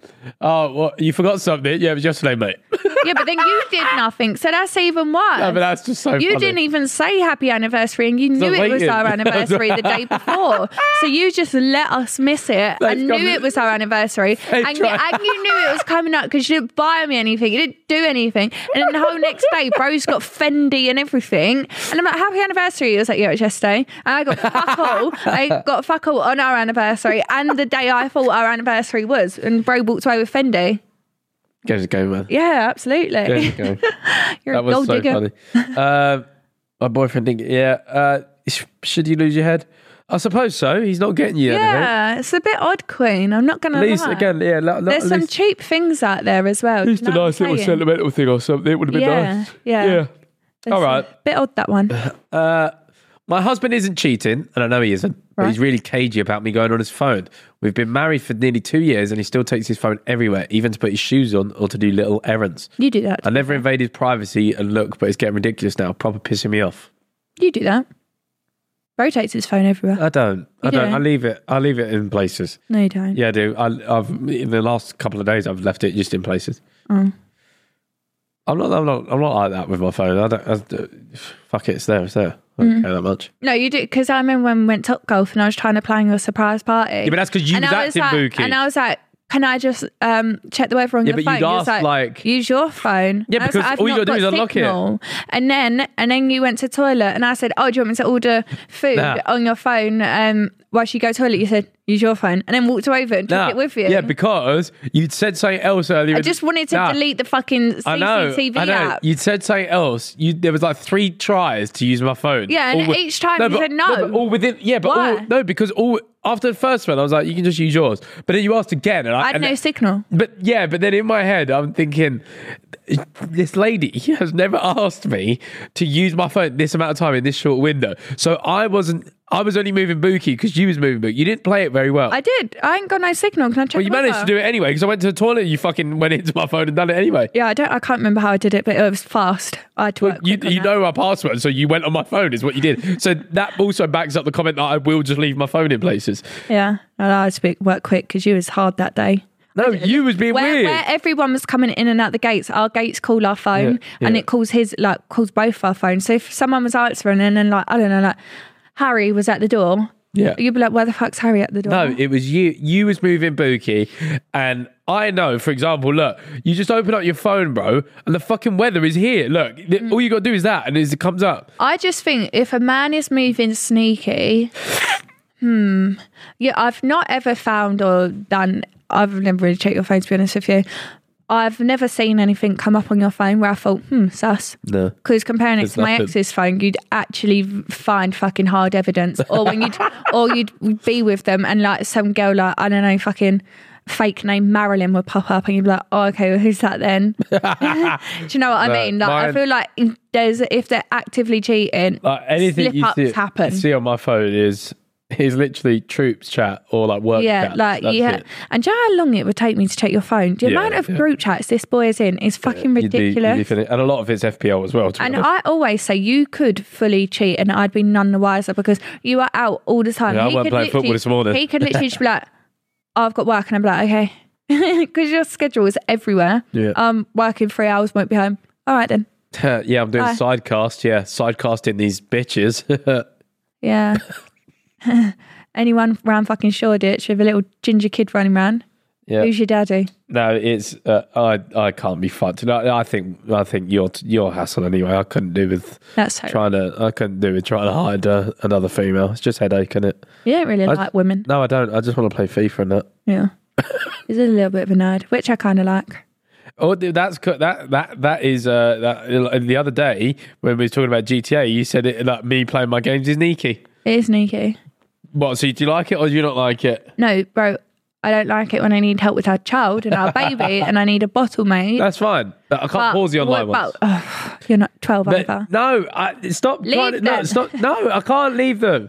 Speaker 2: Oh, what? You forgot something? Yeah, it was yesterday, mate.
Speaker 1: yeah, but then you did nothing, so that's even worse.
Speaker 2: I mean, that's just so
Speaker 1: you
Speaker 2: funny.
Speaker 1: didn't even say happy anniversary, and you knew it was
Speaker 2: waiting.
Speaker 1: our anniversary the day before. So you just let us miss it.
Speaker 2: They've
Speaker 1: and
Speaker 2: come-
Speaker 1: knew it was our anniversary,
Speaker 2: They
Speaker 1: and you,
Speaker 2: tried-
Speaker 1: and you knew it was coming up because you didn't buy me anything, you didn't do anything, and then the whole next day, bro's got Fendi and everything, and I'm like, happy anniversary. It was like, yeah, it was yesterday, and I got fuck all. I got fuck all on our anniversary, and the day I thought our anniversary was, and bro walked away with Fendi. e-
Speaker 2: Game's a game, man.
Speaker 1: Yeah, absolutely.
Speaker 2: Game's a game.
Speaker 1: You're
Speaker 2: that
Speaker 1: a
Speaker 2: was
Speaker 1: gold
Speaker 2: so
Speaker 1: digger.
Speaker 2: funny. Uh, my boyfriend didn't. get- Yeah. Uh, sh- should you lose your head? I suppose so. He's not getting you anything.
Speaker 1: Yeah, it's a bit odd, Queen. I'm not going to
Speaker 2: At least
Speaker 1: lie.
Speaker 2: again, yeah. Like,
Speaker 1: There's
Speaker 2: at
Speaker 1: some
Speaker 2: least,
Speaker 1: cheap things out there as well.
Speaker 2: at least a nice little sentimental thing or something. It would have been
Speaker 1: Yeah,
Speaker 2: nice.
Speaker 1: yeah.
Speaker 2: All right.
Speaker 1: Bit odd that one.
Speaker 2: Uh, my husband isn't cheating, and I know he isn't, but
Speaker 1: Right.
Speaker 2: he's really cagey about me going on his phone. We've been married for nearly two years, and he still takes his phone everywhere, even to put his shoes on or to do little errands.
Speaker 1: You do that.
Speaker 2: I never invade his privacy and look, but it's getting ridiculous now. Proper pissing me off.
Speaker 1: You do that. Rotates his phone everywhere.
Speaker 2: I don't. I
Speaker 1: You
Speaker 2: don't. I
Speaker 1: don't?
Speaker 2: leave it. I leave it in places.
Speaker 1: No, you don't.
Speaker 2: Yeah, I do. I, I've in the last couple of days, I've left it just in places. I'm not. I'm not. I'm not like that with my phone. I don't. I, don't- fuck it. It's there. It's there. I don't care that much.
Speaker 1: No, you do. Because I remember when we went top golf and I was trying to plan your surprise party.
Speaker 2: Yeah, but that's 'cause you
Speaker 1: and
Speaker 2: was
Speaker 1: I was
Speaker 2: acting
Speaker 1: like,
Speaker 2: booky.
Speaker 1: And I was like, can I just um, check the weather on
Speaker 2: Yeah,
Speaker 1: your
Speaker 2: but
Speaker 1: phone?
Speaker 2: you'd
Speaker 1: You was
Speaker 2: asked, like-
Speaker 1: use your phone. And
Speaker 2: Yeah,
Speaker 1: I was
Speaker 2: because
Speaker 1: like, I've
Speaker 2: all you
Speaker 1: not
Speaker 2: gotta do
Speaker 1: got
Speaker 2: is unlock it.
Speaker 1: signal. And then and then you went to toilet and I said, oh, do you want me to order food
Speaker 2: Nah.
Speaker 1: on your phone um, whilst you go toilet? You said, use your phone. And then walked over and took
Speaker 2: Nah.
Speaker 1: it with you.
Speaker 2: Yeah, because you'd said something else earlier.
Speaker 1: I just wanted to delete the fucking
Speaker 2: I know.
Speaker 1: CCTV
Speaker 2: I know.
Speaker 1: app.
Speaker 2: You'd said something else. You there was like three tries to use my phone.
Speaker 1: Yeah, and
Speaker 2: All with-
Speaker 1: each time you
Speaker 2: but-
Speaker 1: said no.
Speaker 2: but all within. Yeah, but
Speaker 1: Why?
Speaker 2: all, no, because all after the first one, I was like, you can just use yours. But then you asked again, and I,
Speaker 1: I had
Speaker 2: and-
Speaker 1: no signal.
Speaker 2: But yeah, but then in my head, I'm thinking, this lady has never asked me to use my phone this amount of time in this short window. So I wasn't. I was only moving Buki because you was moving Buki. You didn't play it very well.
Speaker 1: I did. I ain't got no signal. Can I check
Speaker 2: but you
Speaker 1: the
Speaker 2: managed
Speaker 1: weather?
Speaker 2: to do it anyway because I went to the toilet. and You fucking went into my phone and done it anyway.
Speaker 1: Yeah, I don't. I can't remember how I did it, but it was fast. I had to work
Speaker 2: You,
Speaker 1: quick on
Speaker 2: you
Speaker 1: that.
Speaker 2: know my password, so you went on my phone, is what you did. So that also backs up the comment that I will just leave my phone in places.
Speaker 1: Yeah, and I had to be- work quick because you was hard that day.
Speaker 2: No, you was being
Speaker 1: Where,
Speaker 2: weird.
Speaker 1: where everyone was coming in and out the gates, our gates call our phone,
Speaker 2: Yeah,
Speaker 1: and
Speaker 2: yeah.
Speaker 1: it calls his like calls both our phones. So if someone was answering, and then like I don't know, like Harry was at the door,
Speaker 2: Yeah.
Speaker 1: you'd be like, "Where the fuck's Harry at the door?"
Speaker 2: No, it was you. You was moving Buki, and I know. For example, look, you just open up your phone, bro, and the fucking weather is here. Look, th-
Speaker 1: Mm.
Speaker 2: all you gotta do is that, and it's- it comes up.
Speaker 1: I just think if a man is moving sneaky, hmm, yeah, I've not ever found or done. I've never really checked your phone to be honest with you. I've never seen anything come up on your phone where I thought, hmm, sus.
Speaker 2: No.
Speaker 1: Because comparing it
Speaker 2: There's
Speaker 1: to my
Speaker 2: nothing.
Speaker 1: ex's phone, you'd actually find fucking hard evidence, or when you'd, or you'd be with them and like some girl, like I don't know, fucking fake name Marilyn would pop up, and you'd be like, oh, okay, well, who's that then? Do you know what
Speaker 2: No,
Speaker 1: I mean? Like, I
Speaker 2: mine-
Speaker 1: feel like if there's if they're actively cheating,
Speaker 2: Like anything
Speaker 1: slip
Speaker 2: you
Speaker 1: ups
Speaker 2: see,
Speaker 1: Oh, happen.
Speaker 2: see on my phone is is literally troops chat or like work.
Speaker 1: yeah,
Speaker 2: chats.
Speaker 1: like
Speaker 2: That's
Speaker 1: yeah.
Speaker 2: it.
Speaker 1: And do you know how long it would take me to check your phone? The
Speaker 2: Yeah,
Speaker 1: amount of
Speaker 2: yeah.
Speaker 1: group chats this boy is in is fucking
Speaker 2: You'd be- you'd be
Speaker 1: ridiculous.
Speaker 2: feeling- and a lot of it's FPL as well. To be
Speaker 1: and
Speaker 2: honest.
Speaker 1: I always say you could fully cheat, and I'd be none the wiser because you are out all the time.
Speaker 2: Yeah, I weren't
Speaker 1: could
Speaker 2: playing football
Speaker 1: literally-
Speaker 2: this morning.
Speaker 1: He could literally just be like, "Oh, "I've got work," and I'm like, "Okay," because your schedule is everywhere.
Speaker 2: Yeah.
Speaker 1: Um, working three hours, won't be home. All right then.
Speaker 2: yeah, I'm doing
Speaker 1: Hi.
Speaker 2: sidecast. Yeah, sidecasting these bitches.
Speaker 1: Yeah. anyone round fucking Shoreditch with a little ginger kid running around.
Speaker 2: Yeah.
Speaker 1: Who's your daddy?
Speaker 2: No, it's uh, I. I can't be fucked. No, I think I think your your hassle anyway. I couldn't do with
Speaker 1: That's her.
Speaker 2: trying to. I couldn't do with trying to hide uh, another female. It's just headache, is it?
Speaker 1: You don't really like women.
Speaker 2: No, I don't. I just want to play FIFA and that.
Speaker 1: Yeah. He's a little bit of a nerd, which I kind of like.
Speaker 2: Oh, dude, that's co- that that that is uh, that, the other day when we was talking about GTA. You said it like me playing my games is sneaky.
Speaker 1: It is sneaky.
Speaker 2: What? So do you like it or do you not like it?
Speaker 1: No, bro, I don't like it when I need help with our child and our baby and I need a bottle, mate.
Speaker 2: That's fine. I can't
Speaker 1: But
Speaker 2: pause the online
Speaker 1: what about-
Speaker 2: ones.
Speaker 1: Ugh, you're not 12
Speaker 2: But
Speaker 1: either.
Speaker 2: no, I, stop.
Speaker 1: Leave
Speaker 2: trying to- no,
Speaker 1: them.
Speaker 2: stop. No, I can't leave them.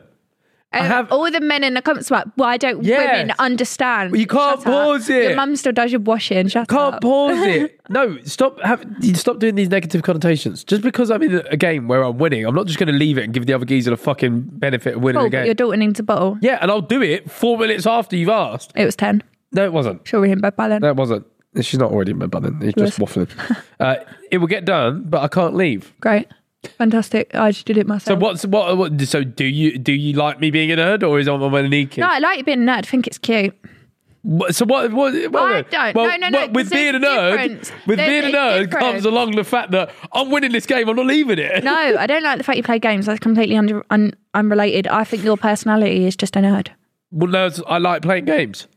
Speaker 1: Um,
Speaker 2: have-
Speaker 1: all the men in the comments were like, why don't
Speaker 2: Yes.
Speaker 1: women understand?
Speaker 2: You can't
Speaker 1: Shut up.
Speaker 2: pause it.
Speaker 1: Your mum still does your washing. Shut
Speaker 2: Can't
Speaker 1: up.
Speaker 2: pause it. No, stop. Have, stop doing these negative connotations. Just because I'm in a game where I'm winning, I'm not just going to leave it and give the other geezer the fucking benefit of winning
Speaker 1: Oh,
Speaker 2: the
Speaker 1: but
Speaker 2: game.
Speaker 1: your daughter needs a bottle.
Speaker 2: Yeah, and I'll do it four minutes after you've asked.
Speaker 1: It was 10.
Speaker 2: No, it wasn't.
Speaker 1: She'll read him by then.
Speaker 2: That wasn't. She's not already in my button. It's just waffling. Uh, it will get done, but I can't leave.
Speaker 1: Great. Fantastic. I just did it myself.
Speaker 2: So what's what, what? So do you do you like me being a nerd or is on my sneaky?
Speaker 1: No, I like being a nerd. I think it's cute.
Speaker 2: What- So what? What? well,
Speaker 1: I don't.
Speaker 2: Well,
Speaker 1: No, no, no,
Speaker 2: well,
Speaker 1: 'cause
Speaker 2: with
Speaker 1: there's
Speaker 2: being a nerd,
Speaker 1: difference.
Speaker 2: with
Speaker 1: There's
Speaker 2: being a
Speaker 1: a
Speaker 2: nerd
Speaker 1: difference.
Speaker 2: comes along the fact that I'm winning this game. I'm not leaving it.
Speaker 1: No, I don't like the fact you play games. That's completely under, un, unrelated. I think your personality is just a nerd.
Speaker 2: Well, nerds, I like playing games.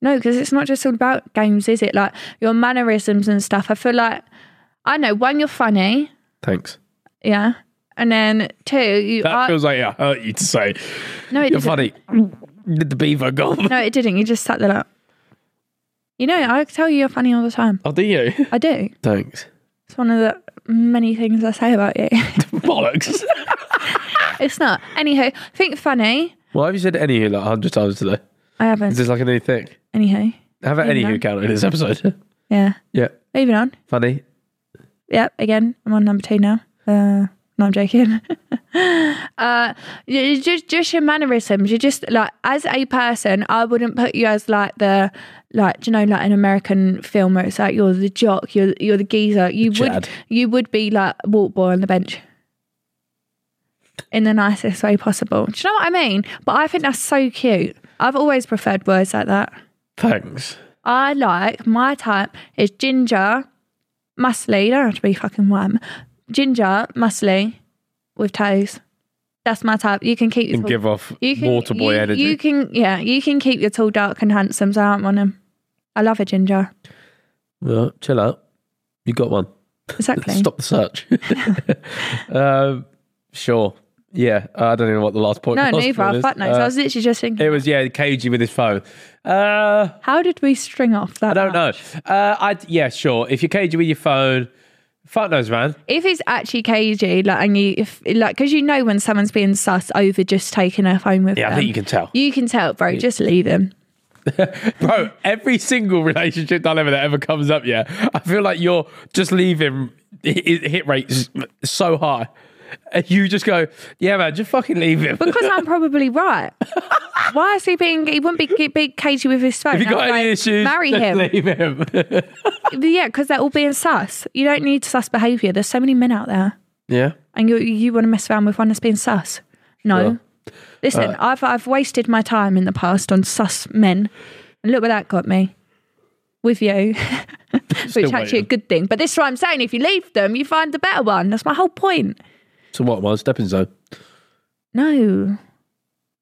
Speaker 1: No, because it's not just all about games, is it? Like your mannerisms and stuff. I feel like, I know, one, you're funny.
Speaker 2: Thanks.
Speaker 1: Yeah. And then two, you
Speaker 2: That
Speaker 1: are.
Speaker 2: feels like it hurt you to say.
Speaker 1: no, it
Speaker 2: You're
Speaker 1: didn't.
Speaker 2: funny. Did the beaver gone?
Speaker 1: No, it didn't. You just sat there like, you know, I tell you you're funny all the time.
Speaker 2: Oh, do you?
Speaker 1: I do.
Speaker 2: Thanks.
Speaker 1: It's one of the many things I say about you.
Speaker 2: Bollocks.
Speaker 1: it's not. Anywho, think funny.
Speaker 2: Why have you said anywho like a hundred times today?
Speaker 1: I
Speaker 2: Is
Speaker 1: haven't.
Speaker 2: this like a new thing?
Speaker 1: Anywho,
Speaker 2: Have an
Speaker 1: Even
Speaker 2: anywho
Speaker 1: though-
Speaker 2: counted in this episode?
Speaker 1: yeah.
Speaker 2: yeah.
Speaker 1: Moving on.
Speaker 2: Funny.
Speaker 1: Yep, again, I'm on number two now. Uh, no, I'm joking. uh, you- you just, just your mannerisms. You're just like, as a person, I wouldn't put you as like the, like, do you know, like an American film where it's like you're the jock, you're you're the geezer. You
Speaker 2: Chad.
Speaker 1: would you would be like a walk boy on the bench. In the nicest way possible. Do you know what I mean? But I think that's so cute. I've always preferred words like that.
Speaker 2: Thanks.
Speaker 1: I like my type is ginger, muscly. You don't have to be fucking wham. Ginger, muscly, with toes. That's my type. You can keep your
Speaker 2: And
Speaker 1: tall,
Speaker 2: give off
Speaker 1: you can,
Speaker 2: water boy
Speaker 1: you-
Speaker 2: energy.
Speaker 1: You can yeah, you can keep your tall, dark, and handsome. So I don't want them. I love a ginger.
Speaker 2: Well, chill out. You got one.
Speaker 1: Exactly.
Speaker 2: Stop the search. um, sure. Yeah, I don't even know what the last point
Speaker 1: No,
Speaker 2: was. to be
Speaker 1: neither. I
Speaker 2: honest.
Speaker 1: fuck knows.
Speaker 2: Uh,
Speaker 1: I was literally just thinking,
Speaker 2: it was yeah, cagey with his phone. Uh,
Speaker 1: how did we string off that?
Speaker 2: I don't know. Uh, I yeah, sure. If you're cagey with your phone, fuck knows, man.
Speaker 1: If it's actually cagey, like, and you, if like, because you know when someone's being sus over just taking their phone with
Speaker 2: Yeah, I
Speaker 1: them.
Speaker 2: think you can tell.
Speaker 1: You can tell, bro. Just leave them.
Speaker 2: Bro, every single relationship dilemma that ever comes up, yeah, I feel like you're just leaving hit hit rates so high. And you just go, yeah, man, just fucking leave him.
Speaker 1: Because I'm probably right. Why is he being? He wouldn't be, be cagey with his phone.
Speaker 2: If you got
Speaker 1: I'd
Speaker 2: any
Speaker 1: go,
Speaker 2: issues,
Speaker 1: marry
Speaker 2: just
Speaker 1: him.
Speaker 2: Leave him.
Speaker 1: Yeah, because they're all being sus. You don't need sus behaviour. There's so many men out there,
Speaker 2: yeah.
Speaker 1: and you you want to mess around with one that's being sus. No,
Speaker 2: Sure.
Speaker 1: listen, I've I've wasted my time in the past on sus men, and look where that got me. With you, which
Speaker 2: Still
Speaker 1: actually a
Speaker 2: waiting.
Speaker 1: good thing. But this is what I'm saying: if you leave them, you find a better one. That's my whole point.
Speaker 2: So what? One stepping zone.
Speaker 1: No,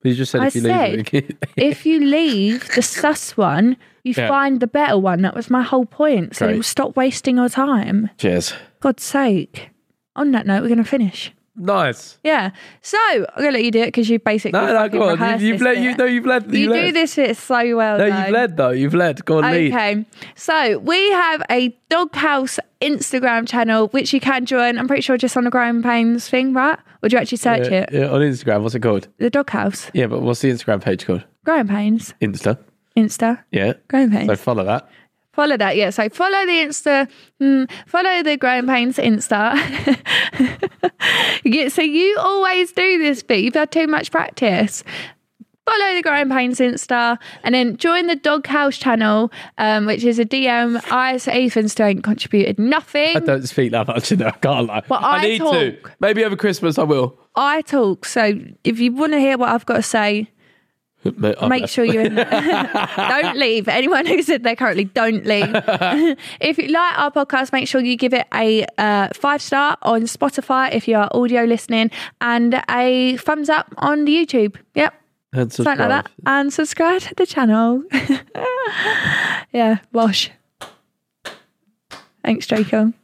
Speaker 2: You just said
Speaker 1: I
Speaker 2: if you leave
Speaker 1: said-
Speaker 2: him.
Speaker 1: if you leave the sus one, you
Speaker 2: Yeah.
Speaker 1: find the better one. That was my whole point. So
Speaker 2: Great.
Speaker 1: stop wasting your time.
Speaker 2: Cheers.
Speaker 1: God's sake. On that note, we're going to finish.
Speaker 2: Nice.
Speaker 1: Yeah. So I'm going to let you do it because you basically.
Speaker 2: No, no,
Speaker 1: fucking
Speaker 2: go on.
Speaker 1: rehearsed
Speaker 2: You, you've
Speaker 1: this
Speaker 2: led. You
Speaker 1: bit.
Speaker 2: no, you've led.
Speaker 1: You
Speaker 2: you led.
Speaker 1: do this shit so well.
Speaker 2: No,
Speaker 1: though.
Speaker 2: you've led though. You've led. Go on, lead.
Speaker 1: Okay. So we have a doghouse Instagram channel which you can join. I'm pretty sure just on the growing pains thing, right? Or do you actually search
Speaker 2: Yeah,
Speaker 1: it?
Speaker 2: yeah, on Instagram, what's it called?
Speaker 1: The doghouse.
Speaker 2: Yeah, but what's the Instagram page called?
Speaker 1: Growing pains.
Speaker 2: Insta.
Speaker 1: Insta.
Speaker 2: Yeah.
Speaker 1: Growing pains.
Speaker 2: So follow that.
Speaker 1: Follow that, yeah. So follow the Insta, mm, follow the Growing Pains Insta. yeah, so you always do this bit. You've had too much practice. Follow the Growing Pains Insta and then join the Doghouse channel, um, which is a DM. I, so Ethan's don't contributed nothing.
Speaker 2: I don't speak that much, you know. I can't lie.
Speaker 1: But I
Speaker 2: need to.
Speaker 1: talk.
Speaker 2: Maybe over Christmas I will.
Speaker 1: I talk. So if you want to hear what I've got to say,
Speaker 2: oh,
Speaker 1: Make sure you're in don't leave. Anyone who said they're currently, don't leave. if you like our podcast, make sure you give it a uh, five star on Spotify if you are audio listening and a thumbs up on YouTube. Yep.
Speaker 2: and
Speaker 1: Something like that. And subscribe to the channel. yeah. Wash. Thanks, Draco.